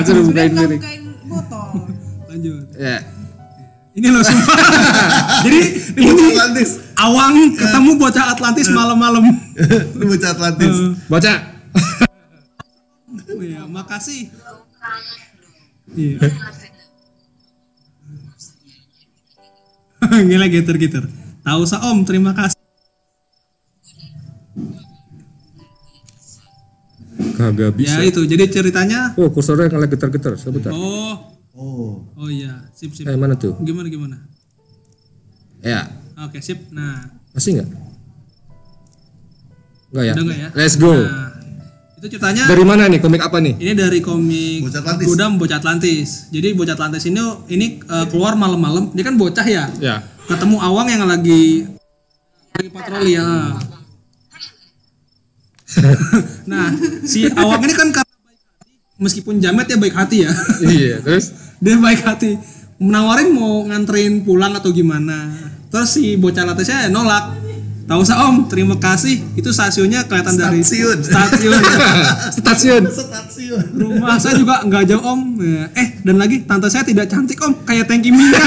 Speaker 1: Suruh
Speaker 3: Sudah
Speaker 1: bukain
Speaker 3: nggak
Speaker 1: diri.
Speaker 3: bukain botol.
Speaker 2: lanjut
Speaker 1: Ya.
Speaker 2: ini loh sumpah jadi ini
Speaker 4: Atlantis.
Speaker 2: awang ketemu bocah Atlantis malam-malam
Speaker 4: Ini bocah Atlantis.
Speaker 1: Baca.
Speaker 2: ya makasih iya gila geter-geter tahu sa om terima kasih
Speaker 1: Kagak
Speaker 2: ya
Speaker 1: bisa.
Speaker 2: itu jadi ceritanya
Speaker 1: Oh, kursornya ngelag getar-getar. Sebentar.
Speaker 2: Oh,
Speaker 4: Oh,
Speaker 2: oh iya, sip sip.
Speaker 1: Eh, mana tuh?
Speaker 2: Gimana gimana?
Speaker 1: Ya,
Speaker 2: Oke sip. Nah,
Speaker 1: masih nggak? Nggak ya?
Speaker 2: udah nggak ya?
Speaker 1: Let's go.
Speaker 2: Nah, itu ceritanya
Speaker 1: Dari mana nih? Komik apa nih?
Speaker 2: ini dari komik
Speaker 4: Bocah Atlantis.
Speaker 2: Gudam Bocah Atlantis. Jadi Bocah Atlantis ini ini eh, keluar malam-malam. Dia kan bocah ya.
Speaker 1: Ya.
Speaker 2: Ketemu Awang yang lagi lagi patroli ya. nah, si Awang ini kan karena baik hati, meskipun jamet ya baik hati ya.
Speaker 1: iya, terus
Speaker 2: dia baik hati menawarin mau nganterin pulang atau gimana terus si bocah latesnya nolak tahu sa om terima kasih itu stasiunnya kelihatan dari
Speaker 4: Stasiun.
Speaker 2: stasiun
Speaker 1: stasiun.
Speaker 4: stasiun.
Speaker 2: rumah saya juga nggak jauh om eh dan lagi tante saya tidak cantik om kayak tanki minyak.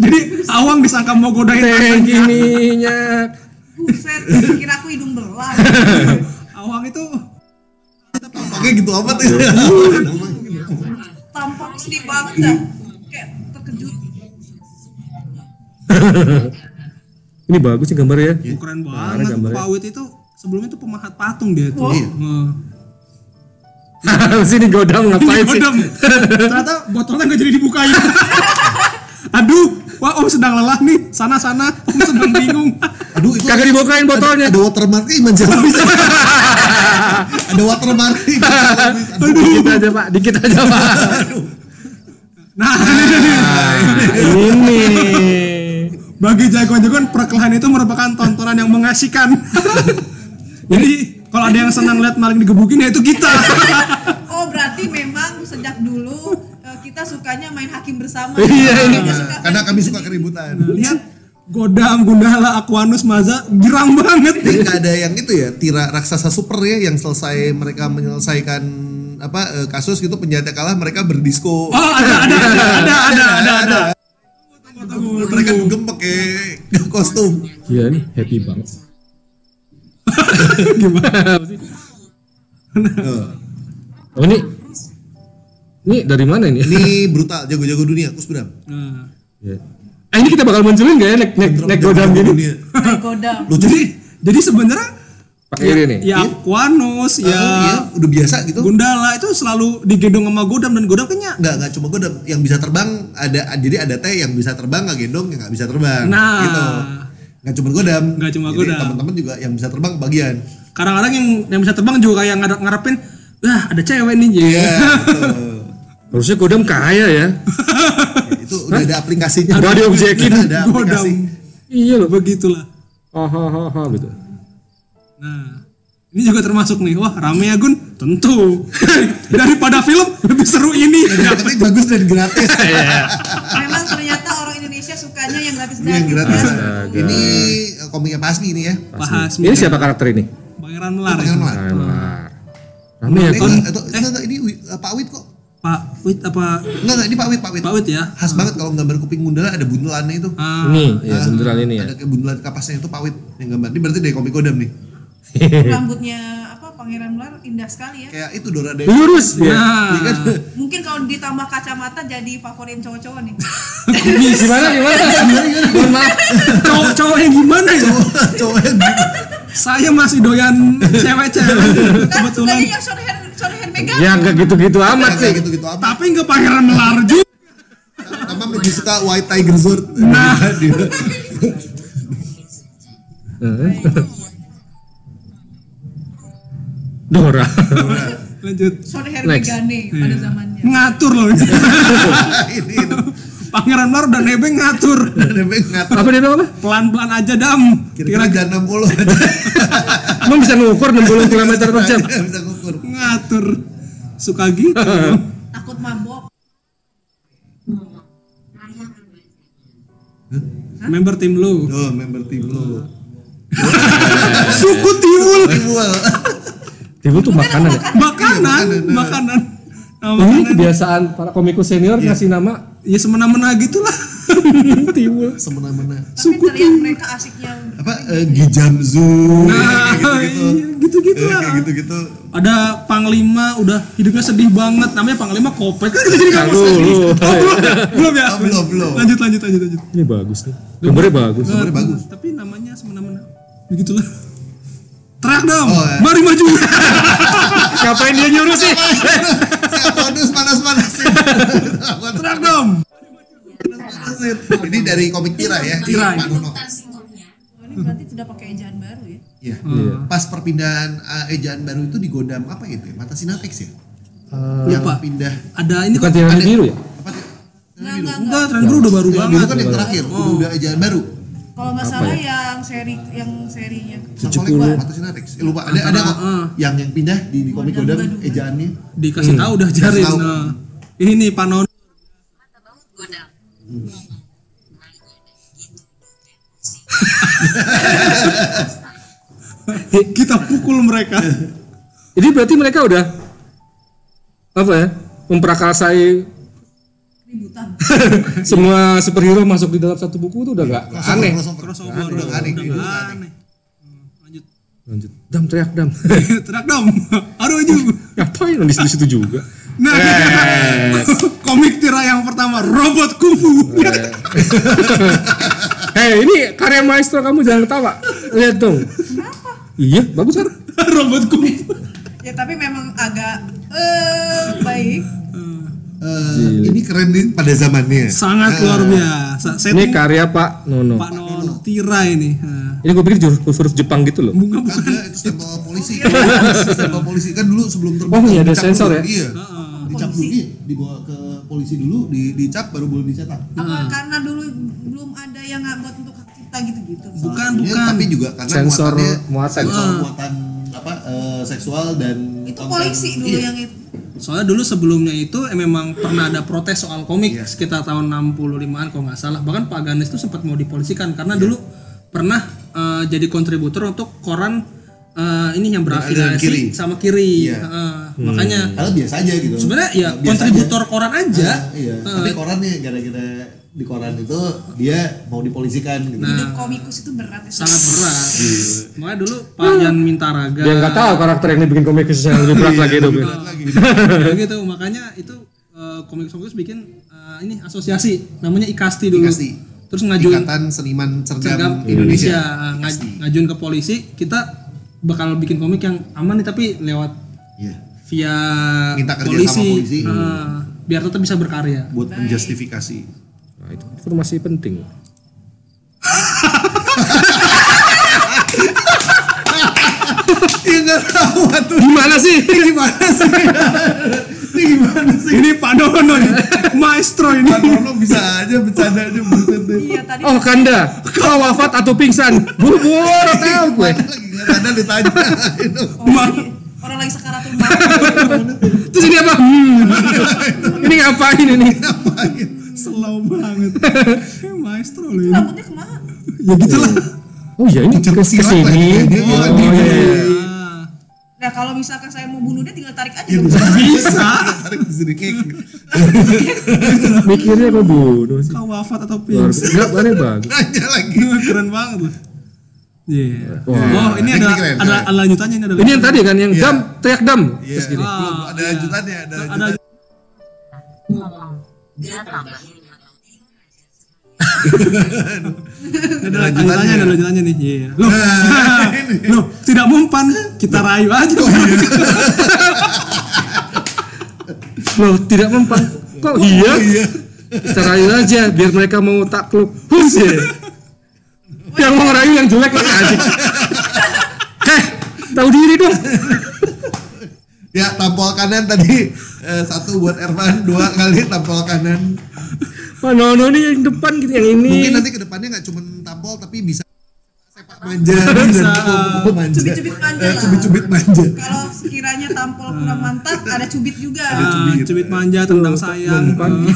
Speaker 2: Jadi Awang disangka mau godain
Speaker 1: Tank
Speaker 2: tante.
Speaker 1: minyak.
Speaker 3: Buset, kira aku hidung belang.
Speaker 2: Awang itu
Speaker 4: Pakai gitu amat ya.
Speaker 3: Tampak sedih banget dah. Kayak terkejut.
Speaker 1: Ini bagus sih gambarnya. ya.
Speaker 2: keren banget. Pak Awit itu sebelumnya itu pemahat patung dia tuh.
Speaker 4: Iya.
Speaker 2: Heeh.
Speaker 1: Sini godam ngapain sih?
Speaker 2: Kodam. Ternyata botolnya nggak jadi dibukain. Aduh, wah om sedang lelah nih. Sana sana, om sedang bingung.
Speaker 4: Aduh itu
Speaker 1: Kagak dibukain botolnya.
Speaker 4: ada watermarknya iman jalan bisa. ada watermarknya Iman Jalan bisa. Aduh,
Speaker 1: Dikit aja pak, dikit aja pak.
Speaker 2: Nah, ini dia nih.
Speaker 1: Ini.
Speaker 2: bagi jagoan-jagoan perkelahian itu merupakan tontonan yang mengasihkan. Jadi kalau ada yang senang lihat maling digebukin ya itu kita.
Speaker 3: Oh berarti memang sejak dulu eh, kita sukanya main hakim bersama.
Speaker 1: Iya, ini.
Speaker 3: Kita suka-
Speaker 4: karena kami suka keributan
Speaker 2: Lihat Godam, Gundala, Aquanus, Maza, girang banget.
Speaker 4: jadi nggak ada yang itu ya tira raksasa super ya yang selesai mereka menyelesaikan apa eh, kasus gitu penjahatnya kalah mereka berdisko
Speaker 2: Oh, ada ada ada ada ada ada. ada.
Speaker 4: mereka dugem pakai kostum
Speaker 1: Iya ini happy banget.
Speaker 4: Tuh.
Speaker 1: Oh ini, ini dari mana ini?
Speaker 4: ini brutal jago-jago dunia kusbram
Speaker 2: Nah,
Speaker 1: Iya. Eh, ini kita bakal munculin gak ya nek nek nek godam
Speaker 4: Jago-jago
Speaker 1: gini?
Speaker 4: dunia.
Speaker 3: main godam.
Speaker 2: jadi jadi sebenarnya
Speaker 1: Pakai ini nih.
Speaker 2: ya Aquanus,
Speaker 4: Iya, iya,
Speaker 2: ya
Speaker 4: udah biasa gitu
Speaker 2: Gundala itu selalu digendong sama Godam dan Godam kayaknya
Speaker 4: nggak nggak cuma gue yang bisa terbang ada jadi ada teh yang bisa terbang nggak gendong yang nggak bisa terbang
Speaker 2: Nah.
Speaker 4: gitu nggak cuma godam
Speaker 2: Nggak cuma
Speaker 4: Jadi
Speaker 2: godam.
Speaker 4: teman-teman juga yang bisa terbang bagian
Speaker 2: kadang-kadang yang yang bisa terbang juga kayak ngarep ngarepin Wah ada cewek nih ya.
Speaker 4: iya gitu.
Speaker 1: Harusnya godam kaya ya.
Speaker 4: itu udah ada aplikasinya
Speaker 1: Nggak diobjekin.
Speaker 4: Udah ada aplikasi
Speaker 2: Godam.
Speaker 1: Iya loh.
Speaker 2: Begitulah.
Speaker 1: Oh, oh, oh, oh, gitu.
Speaker 2: Nah, ini juga termasuk nih. Wah, rame ya Gun. Tentu. Daripada film lebih seru ini.
Speaker 4: yang penting bagus dan gratis
Speaker 3: Memang ternyata orang Indonesia sukanya yang gratis
Speaker 4: ini yang
Speaker 3: gratis.
Speaker 4: gratis iya.
Speaker 3: ya.
Speaker 4: ini eh, komiknya Pasmi ini ya
Speaker 2: Pak Hasmi.
Speaker 1: Ini siapa karakter ini?
Speaker 2: Pangeran Melar.
Speaker 4: Pengen
Speaker 2: ya?
Speaker 4: lah
Speaker 1: Nah, Melar. Rame ya
Speaker 4: Eh,
Speaker 1: kon.
Speaker 4: enggak, itu, itu, itu, ini Wi- eh, Pak Wit kok
Speaker 2: Pak Wit apa
Speaker 4: enggak enggak ini Pak Wit Pak Wit
Speaker 2: Pak Wit ya?
Speaker 4: khas banget kalau gambar kuping gundala ada bundelannya itu
Speaker 2: Ah,
Speaker 1: Ini, ya bundelan ini ya.
Speaker 4: ada kayak bundelan kapasnya itu Pak Wit yang gambar ini berarti dari komik godam nih
Speaker 3: Rambutnya apa Pangeran Ular indah sekali ya.
Speaker 4: kayak itu Dora Dora
Speaker 1: Lurus ya.
Speaker 4: Iya
Speaker 2: nah,
Speaker 4: kan?
Speaker 3: Mungkin kalau ditambah kacamata jadi favorit cowok-cowok nih. Kan
Speaker 1: Gimana gimana? Mohon maaf.
Speaker 2: cowok-cowok yang gimana ya?
Speaker 4: Cowok yang gitu.
Speaker 2: Saya masih doyan cewek-cewek
Speaker 3: Kan
Speaker 2: kebetulan.
Speaker 3: sukanya yang short hair, short hair mega.
Speaker 1: Ya nggak gitu-gitu amat
Speaker 4: kayak
Speaker 1: sih.
Speaker 4: gitu-gitu apa?
Speaker 2: Tapi nggak Pangeran Melar juga.
Speaker 4: Apa lebih suka White Tiger Zord? Nah,
Speaker 1: Eh. Dora.
Speaker 2: Lanjut.
Speaker 3: Short hair
Speaker 1: Next.
Speaker 3: mega nih pada zamannya.
Speaker 2: Ngatur loh.
Speaker 4: ini itu.
Speaker 2: Pangeran Melar udah nebeng ngatur.
Speaker 4: Dan emang ngatur.
Speaker 1: Apa dia bilang apa?
Speaker 2: Pelan-pelan aja dam.
Speaker 4: Kira-kira jam 60 aja.
Speaker 1: Emang bisa ngukur 60 km per jam?
Speaker 4: Nggak bisa ngukur.
Speaker 2: Ngatur. Suka gitu.
Speaker 3: Takut mabok.
Speaker 2: Member tim lu.
Speaker 4: Duh, Oh, member tim lu.
Speaker 2: Suku Tiwul.
Speaker 4: Tiwul.
Speaker 1: Tiba tuh makanan ya.
Speaker 4: Iya,
Speaker 2: Makanan, makanan.
Speaker 4: Oh,
Speaker 2: Nah,
Speaker 1: Ini
Speaker 2: makanan.
Speaker 1: kebiasaan para komikus senior ngasih nama
Speaker 2: Ya semena-mena gitulah.
Speaker 1: Tiwul.
Speaker 4: Semena-mena.
Speaker 3: Tapi terlihat mereka asiknya "Oh,
Speaker 4: Apa? eh, Gijam Zoo.
Speaker 2: Nah,
Speaker 4: Gitu-gitu.
Speaker 2: iya, gitu-gitu
Speaker 4: Eh,
Speaker 2: lah.
Speaker 4: Kayak gitu-gitu.
Speaker 2: Ada Panglima udah hidupnya sedih banget. Namanya Panglima Kopet. Kan kita jadi kamu
Speaker 1: Aduh.
Speaker 2: belum ya? Belum ya?
Speaker 4: Oh, belum, belum.
Speaker 2: Lanjut lanjut lanjut lanjut.
Speaker 1: Ini bagus nih. Gambarnya bagus.
Speaker 2: Nah,
Speaker 4: bagus.
Speaker 2: Tapi namanya semena-mena. Begitulah. Terak dong.
Speaker 4: Oh, ya.
Speaker 2: Mari maju.
Speaker 1: Ngapain dia nyuruh sih?
Speaker 4: Siapodus panas-panasin.
Speaker 2: Terak dong.
Speaker 4: Panas-panasin. Ini dari komik Tira ya. di
Speaker 2: Tira. iya.
Speaker 4: Pak Nono.
Speaker 6: singkongnya.
Speaker 3: Oh, ini berarti sudah pakai ejaan baru ya.
Speaker 4: Iya. Pas perpindahan eh, ejaan baru itu digodam apa itu ya? Mata Sinatex ya?
Speaker 2: Eh,
Speaker 4: Yang pindah
Speaker 2: Ada ini
Speaker 1: Bukan
Speaker 2: kok.
Speaker 1: tiara biru ya?
Speaker 4: apa tuh?
Speaker 3: Enggak, enggak, enggak.
Speaker 2: Enggak, tren baru udah baru
Speaker 4: Yang dulu
Speaker 2: banget. Oh.
Speaker 4: kan yang terakhir, udah ejaan baru.
Speaker 3: Kalau nggak salah yang seri yang serinya
Speaker 4: Sama Lek, Mata Sinatex. Eh, lupa ada ada kok
Speaker 2: Heeh.
Speaker 4: yang yang pindah di, di komik Godam ejaannya.
Speaker 1: Hmm.
Speaker 2: Dikasih tahu udah jarin.
Speaker 4: Tahu.
Speaker 2: Nah, ini panon
Speaker 6: Mata banget godam.
Speaker 2: kita pukul mereka.
Speaker 4: Nah,
Speaker 1: Jadi berarti mereka udah apa ya? memprakarsai
Speaker 3: ributan
Speaker 1: semua superhero masuk di dalam satu buku itu udah gak aneh.
Speaker 2: ya? crossover
Speaker 4: udah
Speaker 2: udah
Speaker 4: aneh
Speaker 2: udah
Speaker 4: gitu.
Speaker 2: nggak aneh Hmm, lanjut
Speaker 1: Lanjut. Dam teriak dam.
Speaker 2: terak dong aduh aduh
Speaker 1: Ngapain di situ situ juga?
Speaker 2: Nah, komik tira yang pertama robot kufu.
Speaker 1: Hei ini karya maestro kamu jangan ketawa. Lihat dong. Iya bagus kan?
Speaker 2: robot kufu.
Speaker 3: ya tapi memang agak eh baik
Speaker 4: Eh, ini keren di, pada zamannya. Eh,
Speaker 2: Sangat luar biasa. Saya
Speaker 1: Ini kan.
Speaker 2: tuh
Speaker 1: karya Pak Nono.
Speaker 2: Pak Nono tira ini. Nah,
Speaker 1: Ini gue pikir jurus huruf Jepang gitu loh.
Speaker 2: Bunga bukan.
Speaker 4: Kagak itu stempel polisi. stempel polisi kan dulu sebelum terbit.
Speaker 1: Oh, iya, ada
Speaker 4: dicap
Speaker 1: sensor ya?
Speaker 4: dulu. Iya.
Speaker 2: Ah,
Speaker 4: Dicap dulu iya, dibawa ke polisi dulu, di, dicap baru boleh dicetak.
Speaker 3: apa karena dulu belum ada yang nggak buat untuk hak cipta gitu-gitu
Speaker 2: Bukan,
Speaker 4: Iya,
Speaker 2: bukan.
Speaker 4: Tapi juga karena
Speaker 1: Sensor
Speaker 4: muatannya
Speaker 1: muatan.
Speaker 4: sensor muatan apa eh, seksual dan
Speaker 3: itu
Speaker 4: konten-
Speaker 3: polisi dulu
Speaker 4: Iya.
Speaker 3: yang itu
Speaker 2: Soalnya dulu sebelumnya itu eh, memang pernah ada protes soal komik
Speaker 4: Iya.
Speaker 2: sekitar tahun 65-an kalau nggak salah. Bahkan Pak Ganes itu sempat mau dipolisikan karena dulu
Speaker 4: Iya.
Speaker 2: pernah eh, jadi kontributor untuk koran eh, ini yang
Speaker 4: Yang ada kiri.
Speaker 2: berafiliasi sama kiri.
Speaker 4: Iya.
Speaker 2: Heeh, Makanya
Speaker 4: Padahal biasa aja gitu.
Speaker 2: sebenarnya ya
Speaker 4: Biasa
Speaker 2: kontributor koran
Speaker 4: aja.
Speaker 2: aja.
Speaker 4: Ah, iya.
Speaker 2: Eh,
Speaker 4: Tapi korannya gara-gara di koran itu dia mau dipolisikan gitu.
Speaker 2: Nah.
Speaker 3: hidup komikus itu berat
Speaker 4: Ah.
Speaker 3: ya
Speaker 2: sangat berat.
Speaker 4: Iya.
Speaker 2: Makanya dulu Pak Jan Mintaraga.
Speaker 1: Dia nggak tahu karakter ini bikin komik yang lebih berat lagi itu.
Speaker 2: Ya gitu, makanya itu eh, komik komikus bikin eh, ini asosiasi namanya Ikasti dulu.
Speaker 4: Ikasti.
Speaker 2: Terus ngajuin
Speaker 4: Ikatan seniman
Speaker 2: Sergap
Speaker 4: cergam
Speaker 2: Indonesia,
Speaker 4: Indonesia.
Speaker 2: eh, ngaj- ngajuin ke polisi, kita bakal bikin komik yang aman nih tapi lewat
Speaker 4: Iya.
Speaker 2: via
Speaker 4: Minta kerja
Speaker 2: polisi,
Speaker 4: sama polisi. Hmm.
Speaker 2: eh, biar tetap bisa berkarya.
Speaker 4: Buat menjustifikasi.
Speaker 1: Nah, itu informasi penting.
Speaker 4: Iya nggak tahu atuh.
Speaker 1: Gimana sih?
Speaker 4: Ini gimana sih? Ini gimana sih?
Speaker 2: Ini Pak Dono nih, Eh, maestro ini.
Speaker 4: Pak Rono bisa aja bercanda aja buset deh.
Speaker 3: iya tadi
Speaker 1: Oh kanda, kau wafat atau pingsan? Bubur tahu gue.
Speaker 4: Lagi nggak ada ditanya. Itu.
Speaker 3: orang lagi, orang lagi sekaratul maut
Speaker 1: Terus ini apa? Hmm. Ini ngapain ini?
Speaker 4: Ngapain?
Speaker 2: Slow banget. Eh, maestro loh ini.
Speaker 3: rambutnya kemana
Speaker 1: Ya gitu lah. Oh ya ini ke
Speaker 4: Jeruk silat lagi
Speaker 1: sini.
Speaker 4: kayaknya.
Speaker 1: Oh,
Speaker 4: Iya.
Speaker 1: iya.
Speaker 2: Ah,
Speaker 3: nah kalau misalkan saya mau bunuh dia tinggal tarik
Speaker 4: Iya,
Speaker 3: aja
Speaker 2: bisa.
Speaker 4: Tarik di sini kayak gitu.
Speaker 1: Mikirnya kok bodoh sih.
Speaker 2: Kau wafat atau
Speaker 1: Luar
Speaker 2: pingsan?
Speaker 1: biasa. Enggak aneh banget.
Speaker 4: Nanya lagi.
Speaker 2: keren banget loh. Iya.
Speaker 1: Wah.
Speaker 2: Oh, ini
Speaker 4: Ini
Speaker 2: ada
Speaker 4: keren,
Speaker 2: ada,
Speaker 4: keren.
Speaker 2: ada lanjutannya ini ada.
Speaker 1: Ini yang tadi kan yang
Speaker 4: Iya.
Speaker 1: dam teriak dam.
Speaker 4: Iya.
Speaker 1: Terus gini.
Speaker 4: Belum, Ada
Speaker 2: iya.
Speaker 4: lanjutannya, ada
Speaker 2: ada
Speaker 4: lanjutannya.
Speaker 6: ngomong dia tambahin atau
Speaker 2: ada lanjutannya ada lanjutannya nih. Iya. Loh.
Speaker 4: Nah, ini. Oh, iya.
Speaker 2: Loh, tidak mempan. Kita rayu aja.
Speaker 1: Loh tidak mempan.
Speaker 4: Oh,
Speaker 1: Kok iya? Kita rayu aja biar mereka mau takluk. Hus ya. Yang mau rayu yang jelek lah aja. Heh, tahu diri dong.
Speaker 4: Ya, tampol kanan tadi eh, satu buat Ervan, dua kali tampol kanan.
Speaker 1: Manono nih yang depan gitu yang ini.
Speaker 4: Mungkin nanti kedepannya nggak cuma tampol tapi bisa sepak manja, bisa pukul manja,
Speaker 3: Cubit-cubit manja
Speaker 4: Eh,
Speaker 3: lah.
Speaker 4: cubit-cubit manja.
Speaker 3: kalau sekiranya tampol kurang
Speaker 4: Hmm.
Speaker 3: mantap ada cubit juga
Speaker 2: Ah, Cubit manja tendang sayang.
Speaker 4: Ini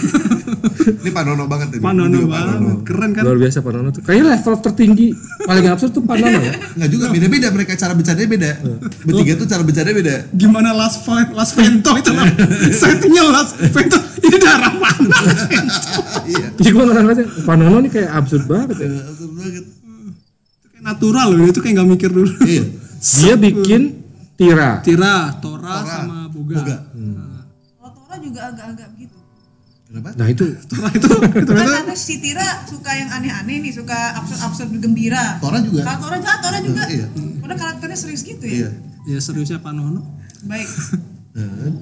Speaker 4: Iya, panono banget ini.
Speaker 2: Panono
Speaker 4: Ini juga
Speaker 2: banget. Keren kan?
Speaker 1: Luar biasa Panono tuh. Kayaknya level tertinggi paling absurd tuh Panono. ya.
Speaker 4: Nggak juga beda-beda mereka cara bercandanya beda. Bertiga tuh cara bercandanya beda.
Speaker 2: Gimana last fight, last vento itu lah. Settingnya last vento. Ini darah panas.
Speaker 4: Iya.
Speaker 1: Jadi gue ngerasa aja, Panono nih kayak absurd banget ya.
Speaker 4: Eh, absurd banget.
Speaker 2: Itu kayak natural loh. Itu kayak nggak mikir dulu.
Speaker 4: Iya.
Speaker 1: Dia bikin tira.
Speaker 2: Tira, Tora,
Speaker 4: Tora,
Speaker 2: sama Boga.
Speaker 4: Boga.
Speaker 3: kalau Tora juga agak-agak begitu
Speaker 4: Kenapa?
Speaker 1: Nah itu
Speaker 2: Tora itu, itu
Speaker 3: kan karena si Tira suka yang aneh-aneh nih suka absurd-absurd gembira
Speaker 4: Tora juga.
Speaker 3: kalau Tora jahat Tora juga
Speaker 4: Iya.
Speaker 3: Padahal karakternya serius gitu ya
Speaker 4: Iya.
Speaker 2: ya seriusnya Pak Nono.
Speaker 3: baik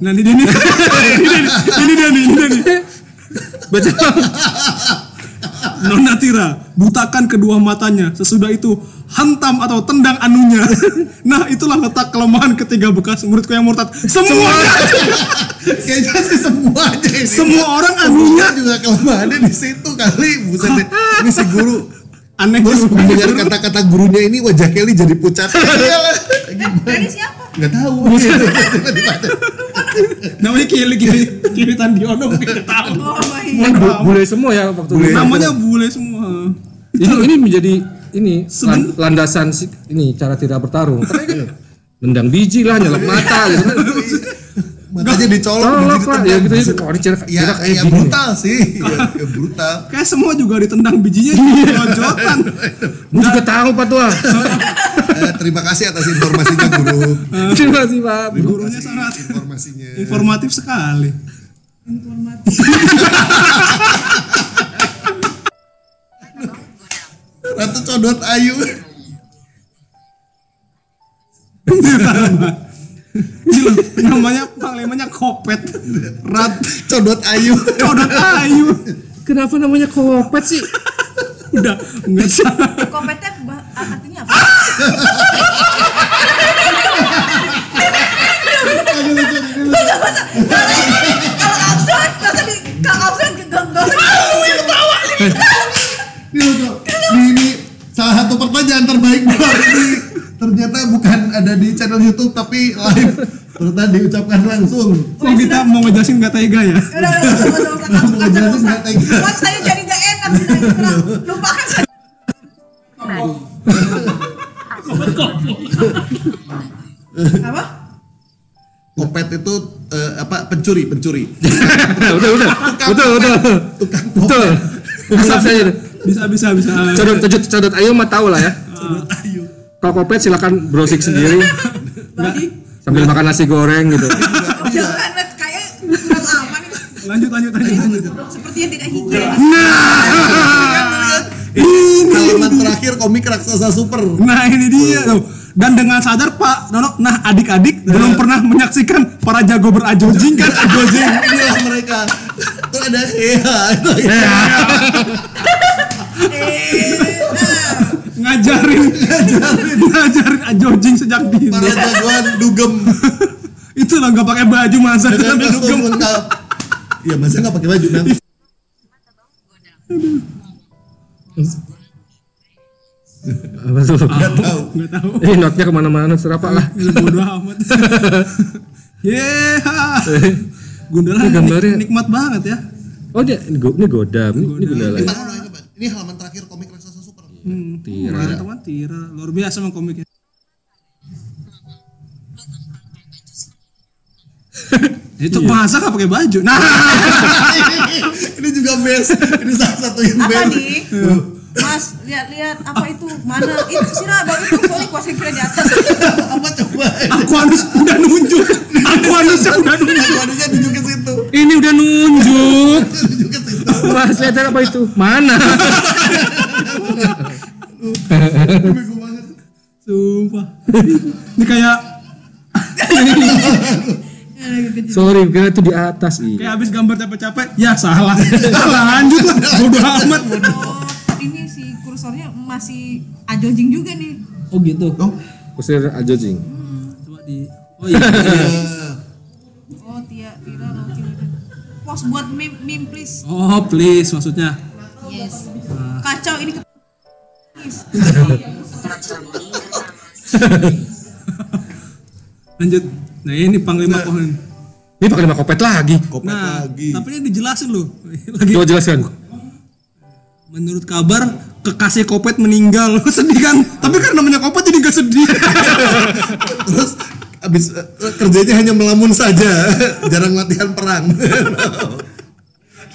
Speaker 2: Nah ini dia nih. ini dia nih. Ini dia nih. Ini dia nih.
Speaker 1: baca
Speaker 2: Nona Tira, butakan kedua matanya. Sesudah itu, hantam atau tendang anunya. Nah, itulah letak kelemahan ketiga bekas muridku yang murtad. Semua,
Speaker 4: Kayaknya sih semuanya ini.
Speaker 2: semua orang anunya.
Speaker 4: Anunya juga kelemahannya di situ kali. Buset deh. Ini si guru.
Speaker 2: Aneh
Speaker 4: Terus
Speaker 2: juga.
Speaker 4: mendengar kata-kata gurunya ini wajah Kelly jadi pucat. Iyalah.
Speaker 3: Nah, dari siapa
Speaker 4: Gak tahu. Tiba-tiba ada.
Speaker 2: Namanya kiri kiri kiri Tandiono nggak tahu.
Speaker 3: oh baik
Speaker 1: Bu- bule semua ya waktu itu.
Speaker 2: Namanya bule semua.
Speaker 1: Ini ini menjadi ini
Speaker 2: Seben-
Speaker 1: lan- landasan si-
Speaker 4: Oh,
Speaker 1: ini cara tidak bertarung. Karena kan nendang biji lah, nyelak mata gitu. kan.
Speaker 4: Makanya dicolok
Speaker 1: Colok
Speaker 4: begitu
Speaker 1: lah,
Speaker 4: tendang.
Speaker 1: ya gitu gitu.
Speaker 4: Maksud-
Speaker 1: Oh, ini cerita
Speaker 4: Ya,
Speaker 1: cerita kayak
Speaker 4: ya
Speaker 1: gini. nih.
Speaker 4: brutal sih. ya, ya brutal.
Speaker 2: Kayak semua juga ditendang bijinya lonjotan.
Speaker 1: Gua juga tahu Pak Tua.
Speaker 4: Eh, terima kasih atas informasinya guru.
Speaker 1: Terima kasih Pak.
Speaker 2: Gurunya sangat
Speaker 4: Atas informasinya.
Speaker 2: informatif sekali.
Speaker 3: informatif
Speaker 4: Ratu codot ayu.
Speaker 2: Ini loh, namanya panglimanya kopet. Rat
Speaker 4: Codot ayu.
Speaker 2: codot ayu.
Speaker 1: Kenapa namanya kopet sih?
Speaker 2: Udah enggak salah.
Speaker 3: kompeten bah- artinya apa Ah, kalau absen kalau di kalau absen kegonggong
Speaker 4: Ini loh, Cok. Ini, ini salah satu pertanyaan terbaik gua hari ini. Ternyata bukan ada di channel YouTube tapi live. Ternyata diucapkan langsung.
Speaker 2: Kok kita mau ngejelasin nggak tega ya?
Speaker 3: udah udah udah, udah, udah, udah, udah, udah,
Speaker 4: Jelasin nggak tega.
Speaker 3: udah. Mas, saya jadi nggak enak saya bilang, lupakan saya apa
Speaker 4: Kopet itu eh, apa pencuri, pencuri.
Speaker 1: udah udah. Betul betul.
Speaker 4: Tukang kopet.
Speaker 1: Betul. Asap saya. itu.
Speaker 2: Bisa bisa bisa. Ah,
Speaker 1: Codot codot codot ayo mah tahu lah ya.
Speaker 4: Codot ayu.
Speaker 1: Kalau kopet silakan browsing sendiri
Speaker 3: bagi
Speaker 1: sambil makan nasi goreng gitu.
Speaker 3: jangan Mas. kayak kurang aman itu
Speaker 2: Lanjut lanjut lanjut. lanjut.
Speaker 3: sepertinya tidak higienis
Speaker 4: Halaman terakhir komik raksasa super.
Speaker 2: Nah ini dia tuh. Dan dengan sadar Pak Nono, nah adik-adik belum pernah menyaksikan para jago berajojing kan
Speaker 4: Gojeng inilah mereka. Itu ada Hea. Itu iya. Hea.
Speaker 2: ngajarin ngajarin ngajarin ajojing sejak dini.
Speaker 4: Para jagoan dugem
Speaker 2: Itu loh nggak pakai baju masa
Speaker 4: dengan
Speaker 2: tapi
Speaker 4: kostum
Speaker 2: dugem.
Speaker 4: lengkap. Iya masa nggak pakai baju nang?
Speaker 1: Apa tuh?
Speaker 4: Nggak tahu.
Speaker 2: Nggak tahu.
Speaker 1: Ini notnya kemana-mana serapa lah.
Speaker 2: Ya, Bodoh amat. Yeha. Gundala
Speaker 1: Ini gambarnya.
Speaker 2: nik- nikmat banget ya.
Speaker 1: Oh dia ini, go, ini godam, ini, ini gundala.
Speaker 4: Ini
Speaker 1: ya?
Speaker 4: mana namanya, Pak? Ini halaman terakhir komik raksasa super.
Speaker 2: Hmm.
Speaker 1: Tira.
Speaker 2: Tira. Teman Tira luar biasa memang komiknya. itu masa nggak pakai baju. Nah,
Speaker 4: ini juga best. Ini salah satu yang
Speaker 3: apa
Speaker 4: best.
Speaker 3: nih Mas, lihat-lihat apa itu? Mana? Itu sirah baru itu sorry kuasa kira di atas.
Speaker 4: Apa coba?
Speaker 2: Aquanus udah nunjuk. Aquanusnya udah nunjuk.
Speaker 4: Waduhnya tunjuk kan ke situ.
Speaker 1: Ini udah nunjuk.
Speaker 4: Tunjuk ke situ.
Speaker 1: Mas lihat apa itu? Mana?
Speaker 4: Bego banget.
Speaker 2: Sumpah. Ini kayak
Speaker 1: Sorry, kira itu di atas. Iya.
Speaker 2: kayak habis gambar capek-capek. Ya salah. Salah lanjut lah. Bodoh amat.
Speaker 3: Oh, ini si kursornya masih ajojing juga nih.
Speaker 2: Oh gitu.
Speaker 1: Kusir ajojing.
Speaker 2: Coba di Oh iya. iya.
Speaker 3: Oh, Tia, Tira, Loki. Post buat meme, meme please.
Speaker 2: Oh please maksudnya.
Speaker 3: Yes. Kacau ini. ke- Please.
Speaker 2: Lanjut. Nah ini panglima pohon.
Speaker 1: Ini pakai nama kopet lagi.
Speaker 4: Kopet
Speaker 2: Nah,
Speaker 4: lagi.
Speaker 2: tapi ini dijelasin loh. Lagi
Speaker 1: Coba jelaskan.
Speaker 2: menurut kabar kekasih Kopet meninggal. sedih kan? Tapi karena namanya Kopet jadi gak sedih.
Speaker 4: Terus abis eh, kerjanya hanya melamun saja, jarang latihan perang.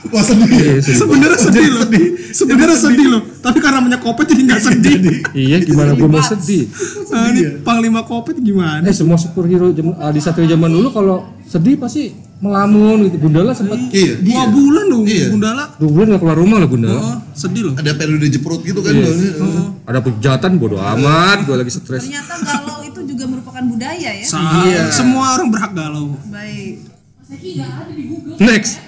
Speaker 4: Wah sedih.
Speaker 2: Sebenarnya sedih loh. Sebenarnya sedih loh. Tapi karena namanya Kopet jadi gak sedih.
Speaker 1: Iya, gimana gue mau sedih?
Speaker 2: Nah, ini
Speaker 4: Iya.
Speaker 2: panglima Kopet gimana?
Speaker 1: Eh, semua superhero jam- ah, di satu zaman dulu kalau sedih pasti melamun gitu. Gundala sempat
Speaker 4: Iya.
Speaker 2: Dua bulan loh
Speaker 4: Iya.
Speaker 2: Gundala.
Speaker 1: dua bulan nggak keluar rumah loh Gundala.
Speaker 2: Oh, sedih loh.
Speaker 4: Ada periode jeprut gitu kan. soalnya.
Speaker 1: Ada kejahatan bodoh amat, gue lagi stres.
Speaker 3: Ternyata galau itu juga merupakan budaya ya.
Speaker 2: Sa-
Speaker 4: Iya.
Speaker 2: Semua orang berhak galau.
Speaker 3: Baik.
Speaker 1: Next.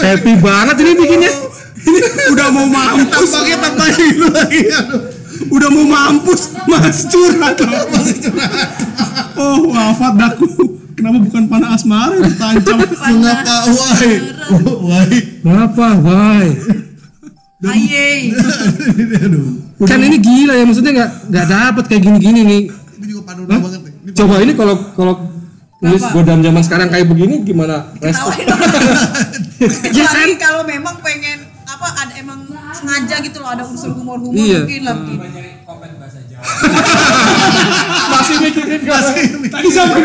Speaker 1: Happy banget ini bikinnya.
Speaker 2: Ini
Speaker 4: Iya.
Speaker 2: udah mau mampus.
Speaker 4: Tambahnya tambahin itu lagi. ya, aduh.
Speaker 2: udah mau mampus mas curhat loh oh wafat daku kenapa bukan panah asmara yang ditancap
Speaker 4: Mengapa wahai? Wahai.
Speaker 1: Kenapa? Why?
Speaker 3: Aye.
Speaker 4: Ini aduh.
Speaker 1: Kan ini gila ya maksudnya nggak nggak dapat kayak gini-gini nih.
Speaker 4: Ini juga panorama banget nih. Ini
Speaker 1: Coba ini kalau kalau nulis godam zaman sekarang kayak begini gimana respon?
Speaker 3: Tawain orang.
Speaker 1: Ya kan?
Speaker 3: Kecuali kalau memang pengen apa ada emang sengaja gitu loh ada unsur humor-humor
Speaker 1: Iya.
Speaker 3: mungkin lah. mungkin.
Speaker 5: Nyari komen bahasa Jawa. Masih mikirin kan? Tadi sama.
Speaker 4: Masih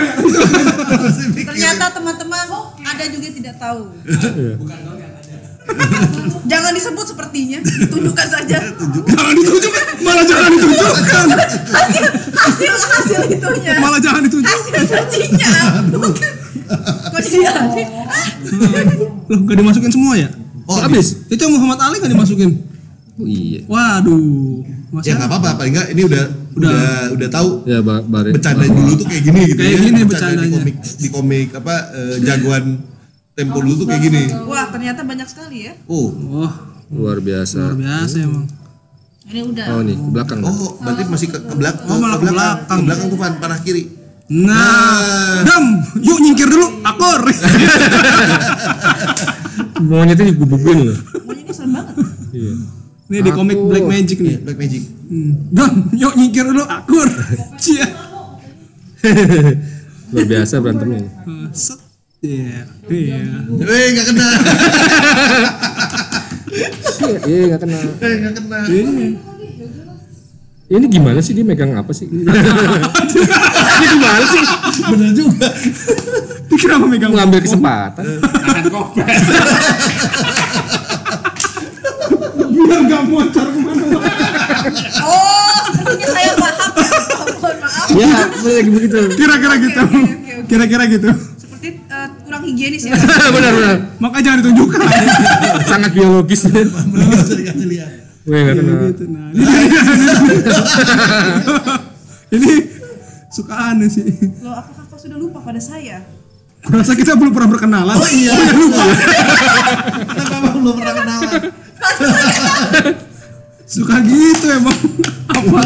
Speaker 4: mikirin.
Speaker 3: Ternyata teman-teman ada juga tidak tahu.
Speaker 2: Bukan dong yang ada.
Speaker 3: Jangan disebut sepertinya, tunjukkan saja.
Speaker 2: Jangan ditunjuk, malah jangan ditunjukkan.
Speaker 3: hasil hasil hasil itunya.
Speaker 2: Malah jangan ditunjuk.
Speaker 3: Hasil searchingnya bukan. Kok dia? Hah?
Speaker 2: Loh, gak dimasukin semua ya?
Speaker 4: Oh,
Speaker 2: habis. Itu yang Muhammad Ali gak dimasukin.
Speaker 1: Oh, iya.
Speaker 2: Waduh.
Speaker 4: ya nggak apa-apa paling nggak ini udah udah udah tahu
Speaker 1: Ya ba- bare.
Speaker 4: bercanda dulu tuh kayak gini gitu
Speaker 2: Kayak
Speaker 4: ya
Speaker 2: gini
Speaker 4: di
Speaker 2: bercandanya.
Speaker 4: komik di komik apa eh, jagoan tempo dulu tuh kayak gini
Speaker 3: Wah, ternyata banyak sekali ya.
Speaker 4: oh
Speaker 2: Wah,
Speaker 1: Luar
Speaker 2: luar
Speaker 1: biasa.
Speaker 2: biasa emang.
Speaker 3: Ini udah.
Speaker 1: Oh nih, ke belakang. kan?
Speaker 4: oh berarti masih ke, ke belak- ke-
Speaker 2: Oh, malah
Speaker 4: ke
Speaker 2: ke
Speaker 4: belakang
Speaker 2: belakang.
Speaker 4: ke belakang tuh pan panah kiri
Speaker 2: Nah, Dam, yuk nyingkir dulu, akor.
Speaker 1: Monyetnya digubugin loh.
Speaker 3: Pokoknya ini serem banget.
Speaker 1: Iya.
Speaker 2: Ini di komik
Speaker 1: Akur.
Speaker 2: Black Magic nih.
Speaker 4: black magic
Speaker 2: Hmm. Dam, yuk nyingkir dulu, akur. Cia.
Speaker 1: Luar biasa berantemnya.
Speaker 2: Eh, Set. Iya. Iya.
Speaker 4: eh nggak kena
Speaker 1: Iya, enggak kena.
Speaker 4: eh nggak kena
Speaker 1: Iya. Ini gimana sih dia megang apa sih? Ini gimana sih?
Speaker 4: bener juga
Speaker 2: Dikira memegang
Speaker 1: Mengambil kesempatan.
Speaker 5: Tangan kopet.
Speaker 2: biar gak moncar kemana-mana.
Speaker 3: Oh, sepertinya saya paham. ya. Mohon maaf.
Speaker 1: Ya, boleh lagi begitu.
Speaker 2: Kira-kira gitu.
Speaker 3: Oke, oke, oke, oke.
Speaker 2: Kira-kira gitu.
Speaker 3: Seperti eh, kurang higienis ya.
Speaker 1: Benar benar.
Speaker 2: Maka jangan ditunjukkan.
Speaker 4: Iya.
Speaker 1: Sangat biologis.
Speaker 4: bener juga kasih lihat
Speaker 1: Wih, enggak kena.
Speaker 2: gitu. Nah, ini- ini suka aneh sih.
Speaker 3: Loh, apakah kau sudah lupa pada saya?
Speaker 2: Kurasa kita belum pernah berkenalan.
Speaker 4: oh iya lupa kenapa emang belum pernah kenalan
Speaker 2: Suka gitu emang. Apa?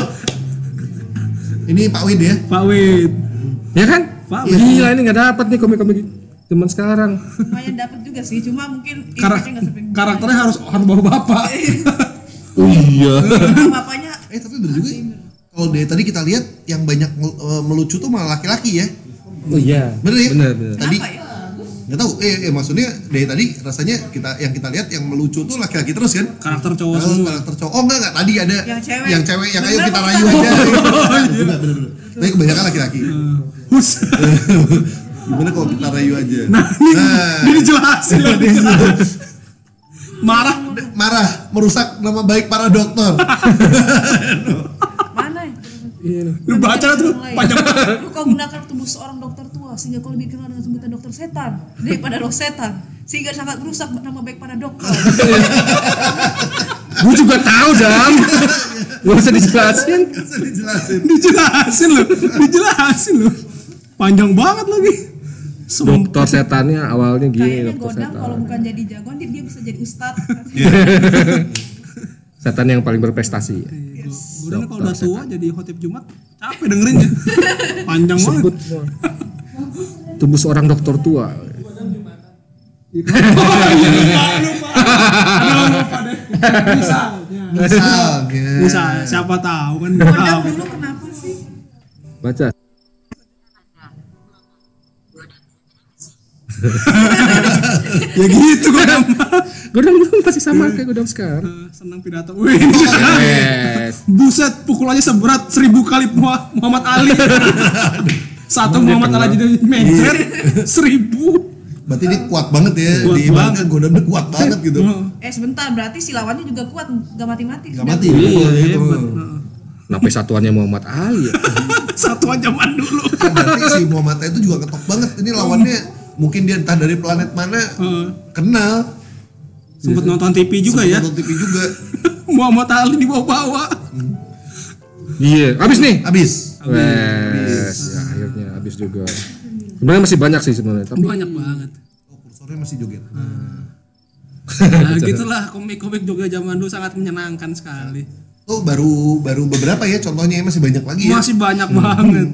Speaker 4: ini Pak Wid ya
Speaker 2: Pak Wid.
Speaker 1: Ya kan?
Speaker 2: Pak,
Speaker 1: Gila ini enggak dapat nih komik-komik zaman sekarang.
Speaker 3: Lumayan dapat juga sih, cuma mungkin ini
Speaker 2: Kara-
Speaker 3: aja Iya, nggak sampai-
Speaker 2: karakternya harus harus bawa bapak.
Speaker 1: Oh iya.
Speaker 3: bapaknya
Speaker 4: eh tapi bener juga kalau dari tadi kita lihat yang banyak mel- eh, melucu tuh malah laki-laki ya
Speaker 1: Oh iya.
Speaker 4: bener ya
Speaker 1: Bener bener.
Speaker 4: tadi
Speaker 3: apa ya?
Speaker 4: nggak tahu eh, eh, maksudnya dari tadi rasanya kita yang kita lihat yang melucu tuh laki-laki terus kan
Speaker 2: Karakter cowok
Speaker 4: Kalau
Speaker 2: semua.
Speaker 4: karakter cowok oh enggak enggak tadi ada
Speaker 3: Yang cewek.
Speaker 4: yang cewek yang ayo
Speaker 3: Bener,
Speaker 4: kita
Speaker 3: Pak.
Speaker 4: rayu aja bener bener bener tapi kebanyakan laki-laki
Speaker 2: Hus.
Speaker 4: gimana kalau kita rayu aja
Speaker 2: Nah, ini,
Speaker 4: Nah.
Speaker 2: ini dijelasin loh. Marah
Speaker 4: marah merusak nama baik para dokter
Speaker 3: Mana ya?
Speaker 2: lu baca lah tuh panjang
Speaker 3: Lu kau gunakan tubuh seorang dokter tua sehingga kau lebih dikenal dengan sebutan dokter setan daripada roh setan sehingga sangat merusak nama baik para dokter.
Speaker 1: Gue juga tahu, Dam. Gak usah dijelasin.
Speaker 4: Nggak usah dijelasin
Speaker 2: dijelasin loh dijelasin loh panjang banget lagi Sem-
Speaker 1: Dokter setannya awalnya gini,
Speaker 3: Kayaknya
Speaker 1: dokter
Speaker 3: godang kalau
Speaker 1: setan.
Speaker 3: bukan jadi jagoan dia, dia bisa jadi ustad.
Speaker 1: Setan yang paling berprestasi.
Speaker 2: Gudangnya kalau udah tua jadi khotib Jumat capek dengerinnya panjang banget
Speaker 1: Sebut semua. Tubuh seorang dokter tua.
Speaker 2: Iya. Aduh, lupa deh misalnya
Speaker 4: misalnya
Speaker 2: bisa siapa tahu kan nggak
Speaker 3: Godang
Speaker 2: tahu
Speaker 3: dulu kenapa sih?
Speaker 1: Baca.
Speaker 2: ya gitu gue
Speaker 1: Godang dulu masih sama kayak godang sekarang.
Speaker 2: senang pidato wih ini
Speaker 1: Yes.
Speaker 2: buset pukulannya seberat seribu kali Muha- Muhammad Ali satu Muhammad Ali jadi mencret seribu
Speaker 4: berarti dia kuat banget ya
Speaker 2: Kuat
Speaker 4: di mana godamnya kuat banget gitu
Speaker 3: Eh sebentar berarti si lawannya juga kuat nggak mati-mati.
Speaker 4: nggak mati
Speaker 2: Iya,
Speaker 4: gitu.
Speaker 2: hebat. Heeh.
Speaker 1: Kenapa satuannya Muhammad Ali ya?
Speaker 2: Satuan zaman dulu.
Speaker 4: berarti si Muhammad itu juga ketok banget ini lawannya mungkin dia entah dari planet mana
Speaker 2: Heeh.
Speaker 4: kenal
Speaker 2: Sempet nonton TV juga ya.
Speaker 4: nonton TV juga
Speaker 2: Muhammad Ali dibawa-bawa.
Speaker 1: Iya, habis nih.
Speaker 4: habis
Speaker 1: Wes, ya akhirnya habis juga. Sebenarnya masih banyak sih sebenarnya, tapi
Speaker 2: Banyak banget.
Speaker 4: oh kursornya masih joget
Speaker 2: Nah, gitulah komik-komik juga zaman dulu sangat menyenangkan sekali.
Speaker 4: Oh baru baru beberapa ya contohnya masih banyak lagi ya.
Speaker 2: Masih banyak banget.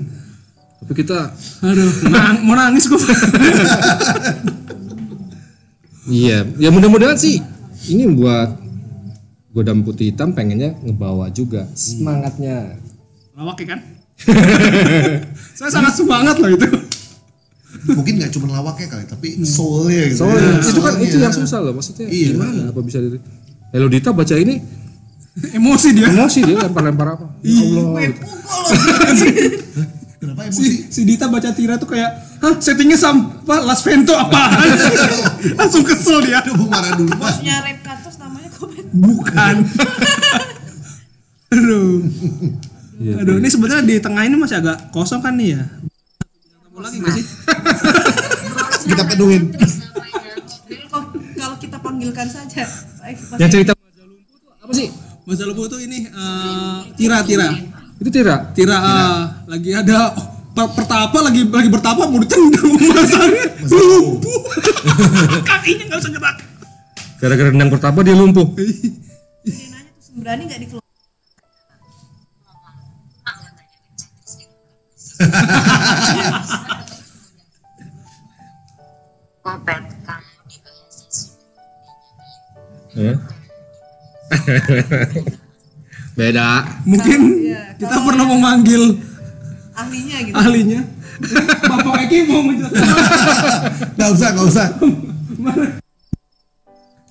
Speaker 1: tapi kita
Speaker 2: Aduh, nang- mau nangis gue.
Speaker 1: Iya, ya mudah-mudahan sih ini buat godam putih hitam pengennya ngebawa juga semangatnya.
Speaker 2: Lawak ya kan? Saya sangat semangat loh itu.
Speaker 4: Mungkin nggak cuma lawaknya kali tapi
Speaker 2: Hmm.
Speaker 4: soulnya gitu.
Speaker 1: Soalnya
Speaker 4: Ya,
Speaker 1: itu kan itu
Speaker 4: soulnya.
Speaker 1: yang susah loh maksudnya.
Speaker 4: Iya.
Speaker 1: Gimana apa bisa di Elodita baca ini
Speaker 2: emosi dia
Speaker 1: emosi dia lempar-lempar apa ya Allah gitu.
Speaker 4: Kenapa emosi?
Speaker 2: si, si Dita baca Tira tuh kayak hah settingnya sama Las Vento apaan langsung kesel dia
Speaker 4: Aduh, mau marah dulu mas.
Speaker 3: Bosnya Red Katos namanya komen.
Speaker 2: bukan aduh aduh ini sebenarnya di tengah ini masih agak kosong kan nih ya mau lagi nggak sih
Speaker 4: Kita penuhin.
Speaker 6: Terus ngapain aku?
Speaker 3: Jadi kalau- Kalau kita panggilkan saja. Baik, Mas.
Speaker 1: yang cerita apa sih
Speaker 2: Mas Lupu tuh ini eh, Tira Tira
Speaker 1: itu tidak
Speaker 2: Tira eh, lagi ada oh, per- pertapa lagi lagi bertapa mau ditendang masanya lumpuh kakinya nggak bisa gerak
Speaker 1: gara-gara nendang pertama dia lumpuh
Speaker 3: Dia nanya tuh berani nggak dikeluarin?
Speaker 6: Kopet kamu di bahasa Sunda.
Speaker 1: ya. beda
Speaker 2: mungkin
Speaker 3: Iya,
Speaker 2: kita pernah memanggil
Speaker 3: Ahlinya gitu.
Speaker 2: ahlinya Bapak Eki mau menjelaskan
Speaker 4: Ah, Nggak usah, nggak usah.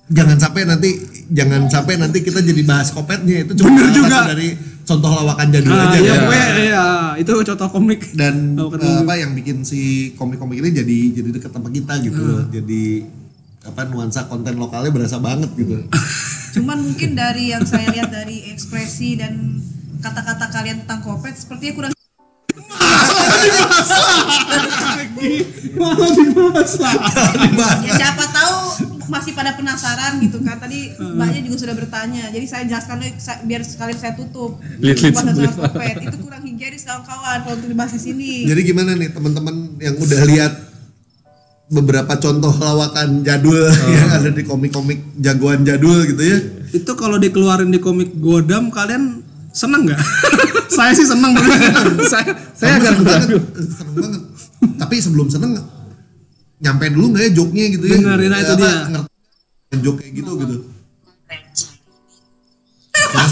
Speaker 4: Jangan sampai nanti, jangan sampai nanti kita jadi bahas kopetnya itu cuma
Speaker 2: Bener
Speaker 4: salah
Speaker 2: juga.
Speaker 4: satu dari contoh lawakan jadul
Speaker 2: Ah,
Speaker 4: aja.
Speaker 2: iya,
Speaker 4: kan?
Speaker 2: pokoknya, iya, itu contoh komik kan?
Speaker 4: Dan
Speaker 2: Lawakan
Speaker 4: eh,
Speaker 2: jadul.
Speaker 4: apa yang bikin si komik-komik ini jadi jadi deket sama kita gitu loh. Jadi apa nuansa konten lokalnya berasa banget gitu.
Speaker 3: Cuman mungkin dari yang saya lihat dari ekspresi dan kata-kata kalian tentang kopet sepertinya kurang
Speaker 2: malah dibahas lah
Speaker 4: Dibahas.
Speaker 3: ya siapa tahu masih pada penasaran gitu kan tadi mbaknya juga sudah bertanya jadi saya jelaskan dulu, sa- biar sekali saya tutup
Speaker 1: Lilit
Speaker 3: Pembahasan
Speaker 1: sebelum.
Speaker 3: kopet itu kurang higienis kawan-kawan kalau untuk dibahas di sini
Speaker 4: Jadi gimana nih teman-teman yang udah lihat beberapa contoh lawakan jadul yang ada di komik-komik jagoan jadul gitu ya?
Speaker 2: itu kalau dikeluarin di komik Godam kalian seneng nggak saya sih seneng saya
Speaker 1: saya
Speaker 4: Kamu
Speaker 1: agak
Speaker 4: seneng banget, eh,
Speaker 1: ragu.
Speaker 4: seneng banget. Tapi sebelum seneng nyampe dulu nggak ya joknya gitu ya?
Speaker 2: Bener, nah itu
Speaker 4: Apa,
Speaker 2: dia.
Speaker 4: Ngerti jok kayak gitu gitu.
Speaker 6: Kopet cari.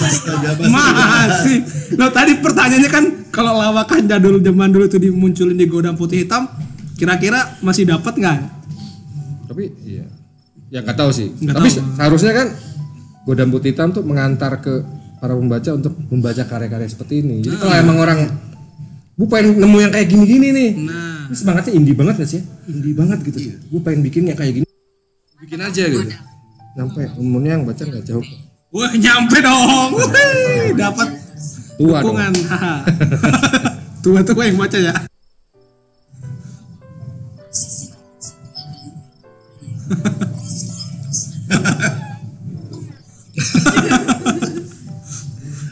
Speaker 4: Astaga, apa sih?
Speaker 2: masih lo tadi pertanyaannya kan kalau lawakan jadul zaman dulu itu dimunculin di Godam putih hitam kira-kira masih dapat nggak
Speaker 1: tapi iya ya nggak tahu sih
Speaker 2: Nggak
Speaker 1: tapi
Speaker 2: tahu.
Speaker 1: seharusnya kan godam putih hitam tuh mengantar ke para pembaca untuk membaca karya-karya seperti ini jadi kalau emang orang gue pengen nemu yang kayak gini-gini nih
Speaker 2: nah
Speaker 1: ini semangatnya indie banget gak sih ya? Hmm. indie banget gitu gue pengen bikin yang kayak gini bikin aja gitu sampai umurnya yang baca nggak jauh
Speaker 2: wah nyampe dong Wih, dapat
Speaker 1: tua dong
Speaker 2: dukungan haha. tua-tua yang baca ya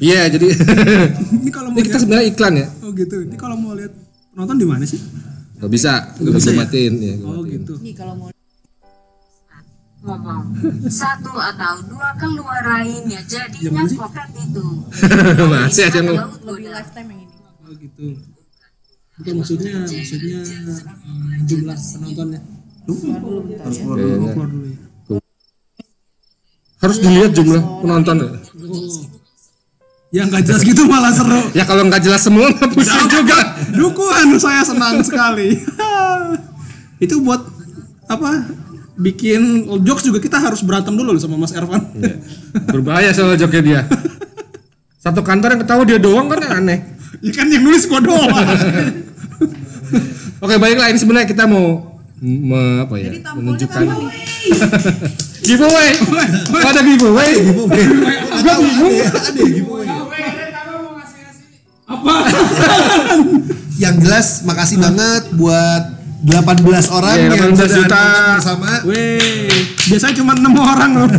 Speaker 1: iya jadi
Speaker 2: ini kalau mau
Speaker 1: ini kita
Speaker 2: lihat
Speaker 1: sebenarnya iklan ya
Speaker 2: oh gitu ini kalau mau lihat penonton di mana sih
Speaker 1: nggak bisa
Speaker 2: Nggak
Speaker 1: nggak
Speaker 2: bisa
Speaker 1: bisa
Speaker 2: ya?
Speaker 1: matiin ya gua
Speaker 2: oh
Speaker 1: matiin.
Speaker 2: gitu
Speaker 3: nih kalau mau
Speaker 6: ngomong satu atau dua keluar lainnya jadinya kopet itu
Speaker 1: Iya, masih aja ngomong
Speaker 6: Laut
Speaker 3: lebih
Speaker 6: goda.
Speaker 3: lifetime yang ini
Speaker 2: Oh gitu. Oke maksudnya maksudnya eh, jumlah penontonnya. Lu harus keluar dulu, lu keluar dulu ya.
Speaker 1: harus dilihat jumlah penonton ya
Speaker 2: Oh. Ya nggak jelas gitu malah seru.
Speaker 1: ya kalau nggak jelas semua nggak pusing juga
Speaker 2: Dukungan saya senang sekali. Itu buat apa? Bikin jokes juga kita harus berantem dulu loh sama Mas Ervan.
Speaker 1: berbahaya soal joknya dia satu kantor yang ketawa dia doang kan aneh
Speaker 2: ya kan yang nulis gua doang.
Speaker 1: oke baiklah ini sebenarnya kita mau m- me- apa ya
Speaker 3: jadi tampolnya
Speaker 1: menunjukkan
Speaker 3: kan "Wey,
Speaker 1: giveaway Kok ada giveaway gua bingung
Speaker 4: ya,
Speaker 2: Apa?
Speaker 4: Yang jelas makasih banget buat 18 orang
Speaker 1: Iya,
Speaker 4: yang
Speaker 1: 18
Speaker 4: sudah
Speaker 1: juta.
Speaker 4: nonton bersama.
Speaker 2: Weh, biasanya cuma enam orang loh.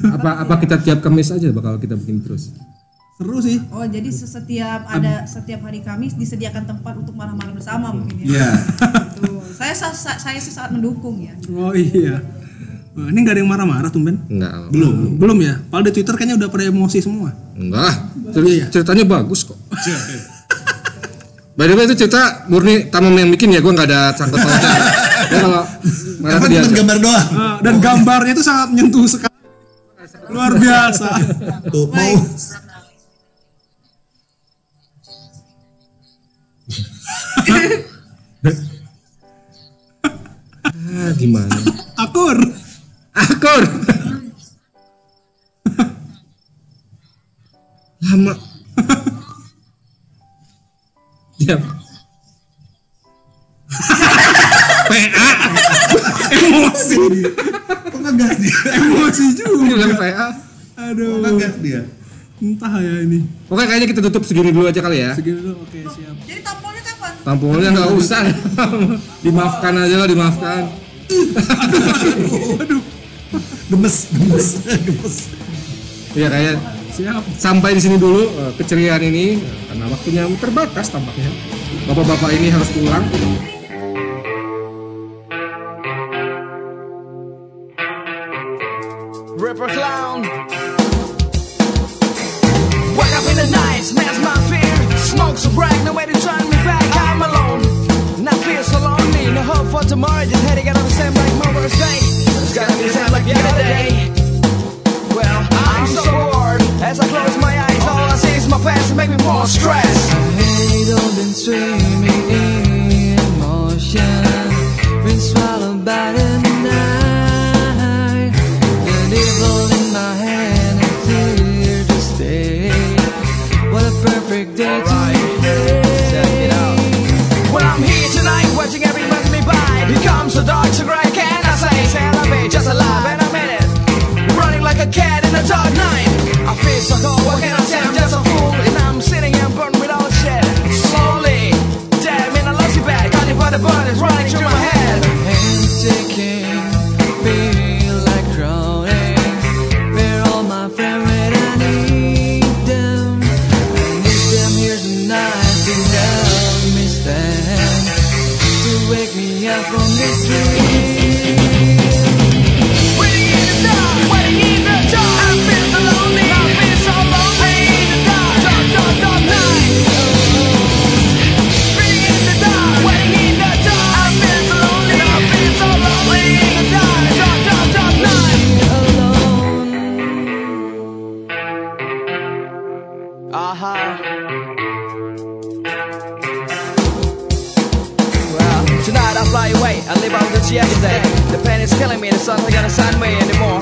Speaker 1: apa apa kita tiap kemis aja bakal kita bikin terus
Speaker 2: Seru sih.
Speaker 3: Oh jadi setiap ada setiap hari Kamis disediakan tempat untuk marah-marah bersama mungkin ya.
Speaker 4: Iya.
Speaker 3: Tuh. Saya sa- sa- saya sih sangat mendukung ya.
Speaker 2: Oh iya. Wah, ini nggak ada yang marah-marah tumben.
Speaker 1: enggak
Speaker 2: Belum. Belum ya? Padahal di Twitter kayaknya udah pada emosi semua.
Speaker 1: enggak lah. Cer- ceritanya bagus kok By the way itu cerita murni Tamam yang bikin ya, gue nggak ada sangkut pautnya. ya kalau marah
Speaker 4: Karena
Speaker 1: tadi
Speaker 4: cuma
Speaker 1: aja.
Speaker 4: gambar doang.
Speaker 2: Ah, dan gambarnya itu sangat menyentuh sekali. Luar biasa.
Speaker 4: Tuh, mau
Speaker 1: Ah, gimana?
Speaker 2: Akur.
Speaker 1: Akur. lama ya PA
Speaker 4: emosi kok ngegas dia
Speaker 2: Emosi juga.
Speaker 1: bilang PA
Speaker 4: kok
Speaker 2: Aduh.
Speaker 4: ngegas dia
Speaker 2: Entah ya ini.
Speaker 1: oke kayaknya kita tutup segini dulu aja kali ya
Speaker 2: Segini dulu. Oke, siap.
Speaker 3: Jadi tampolnya kapan?
Speaker 1: tampungnya nggak usah dimaafkan aja lah dimaafkan
Speaker 4: gemes gemes gemes
Speaker 1: ya kayak
Speaker 2: Siap.
Speaker 1: sampai di sini dulu eh, keceriaan ini eh, karena waktunya terbatas tampaknya bapak-bapak ini harus pulang
Speaker 7: Rapper clown. Wake up in the night, smash my fear. Smoke's a break, no way to turn me back. I'm alone, and I feel so lonely. No hope for tomorrow, just heading out on the same like my worst day. It's gonna be the same like the other day. Well, I'm so bored. As I close my eyes, all I see is my past and make me more stressed. Hate all been swimming in motion, been swallowed by the night. An evil in my hand, it's here to stay. What a perfect day today. Check it out. When I'm here tonight, watching every month me by Becomes so dark, so gray, can I say Shall I be just alive and I'm in it Running like a cat in a dark night I feel so cold, what can I say, I'm just a fool And I'm sitting and burned without shit Slowly, damn in a lousy bed Got you by the burn, it's running through my head Hands ticking, feel like drowning They're all my favorite, I need them I need them here tonight to help me stand To wake me up from this dream Waiting in the dark, waiting in the dark I feel so lonely, I feel so lonely Waiting in the dark, dark, dark, dark night Waiting in the dark, waiting in the dark I feel so lonely, I feel so lonely Waiting in the dark, dark, dark, dark night Alone Uh-huh Well, tonight I fly away, I live out this yesterday. The pain is killing me, the sun's not gonna sign me anymore.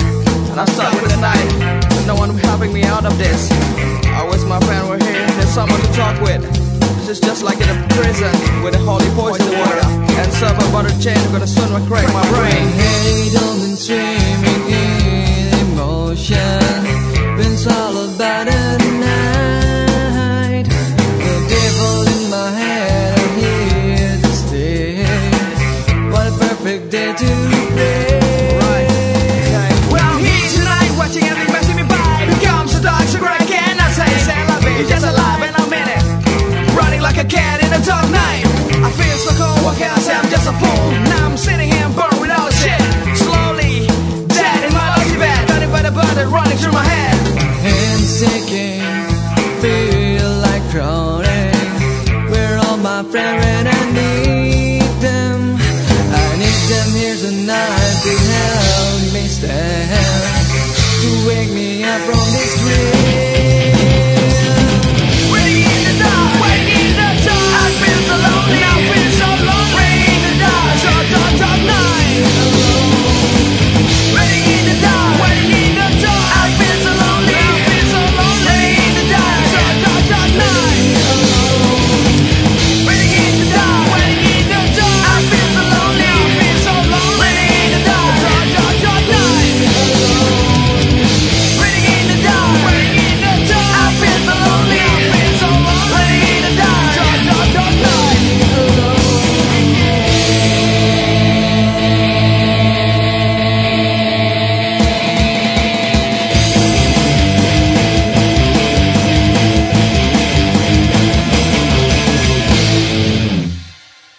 Speaker 7: And I'm stuck with the night, but no one helping me out of this. I wish my friend were here, there's someone to talk with. This is just like in a prison with a holy poison water. And serve a butter chain, gonna soon crack my brain. Hate on been swimming in emotion, been swallowed by the night. The devil in my head, I'm here to stay. What a perfect day to play. Well, I'm here tonight, watching everything passing me by. Becomes a dark, so gray, can I say? Say, love it, just alive, and I'm in it. Running like a cat in a dark night. I feel so cold, what can I say? I'm just a fool. Now I'm sitting here and burned with all the shit. Slowly, dead in my lazy bed. Burning by the burden, running through my head. Hands shaking, feel like drowning. Where all my friends when I need them? I need them here tonight to help me stand. To wake me up from this dream.